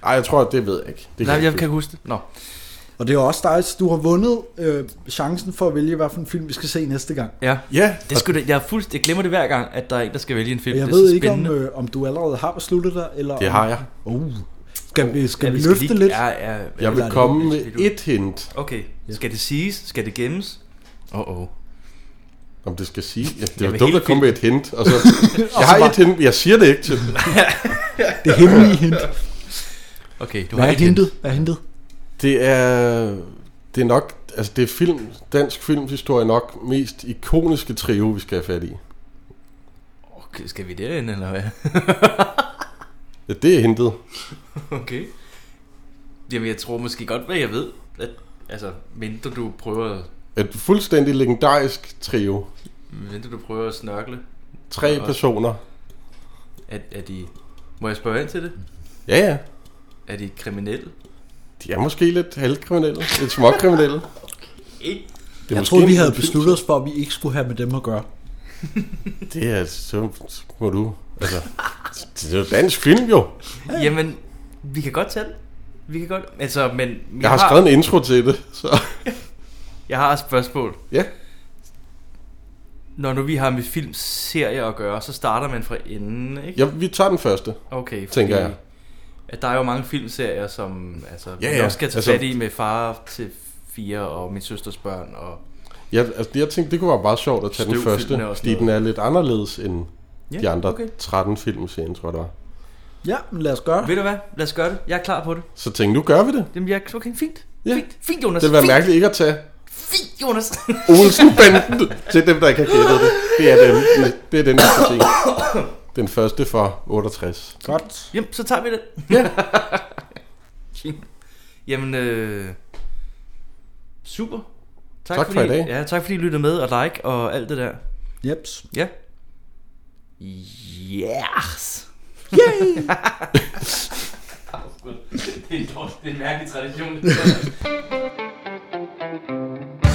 Ej, jeg tror, det ved jeg ikke. Det Nej, jeg jeg ikke kan ikke huske det. Nå. Og det er også dig, du har vundet øh, chancen for at vælge, hvad for en film vi skal se næste gang. Ja. huske. Ja, Det skulle, jeg, er fuldst, jeg glemmer det hver gang, at der er en, der skal vælge en film. Og jeg det er ved så ikke, om, spændende. øh, om du allerede har besluttet dig, eller det om, har jeg. Uh, skal vi, skal Ja, vi, vi løfte lige- lidt? Ja, ja, Jeg vil komme med et hint. Okay, skal det siges? Skal det gemmes? Åh, oh, oh. Om det skal sige. Ja, det Jeg er vil jo dumt at helt komme med et hint. Og så, [laughs] jeg har et hint, men jeg siger det ikke til dem. Det hemmelige hint. Okay, du Hvad har er ikke hint. hintet? Hvad er hintet? Det er, det er nok, altså det er film, dansk filmhistorie nok mest ikoniske trio, vi skal have fat i. Okay, skal vi derind, eller hvad? [laughs] Ja, det er hintet. Okay. Jamen, jeg tror måske godt, hvad jeg ved. At, altså, mindre du prøver at Et fuldstændig legendarisk trio. Venter du prøver at snørkle? Tre Og- personer. Er, er de... Må jeg spørge ind til det? Ja, ja. Er de kriminelle? De er måske lidt halvkriminelle. Lidt småkriminelle. Det er Jeg måske troede, vi en havde film, besluttet os for, at vi ikke skulle have med dem at gøre. Det er... Så må du... Altså, det er jo dansk film, jo. Jamen, vi kan godt tage den. Vi kan godt... Altså, men... Jeg, Jeg har skrevet en intro til det, så... Jeg har et spørgsmål. Ja. Når nu vi har med filmserier at gøre, så starter man fra enden, ikke? Ja, vi tager den første, Okay, tænker jeg. At der er jo mange filmserier, som altså, ja, ja. ja, man også skal tage altså- fat i med far til fire og min søsters børn. Og, Ja, altså, jeg tænkte, det kunne være meget sjovt at tage den Støvfilmene første, og sådan fordi den noget. er lidt anderledes end Ja, de andre okay. 13 film serien, tror jeg, der var. Ja, men lad os gøre Ved du hvad? Lad os gøre det. Jeg er klar på det. Så tænkte nu gør vi det. Jamen, jeg, okay, fint. Ja. Fint, fint, Jonas. Det ville være fint, mærkeligt ikke at tage fint, Jonas. [laughs] Olsen-banden [laughs] til dem, der ikke har gættet det. Det er, dem, det er den her ting. [coughs] Den første fra 68. Godt. Jamen, så tager vi det. Ja. [laughs] Jamen, øh, super. Tak for fordi, i dag. Ja, tak fordi I lyttede med og like og alt det der. Jeps. Ja. Yes. [laughs] Yay! det er en dårlig, det er en mærkelig tradition.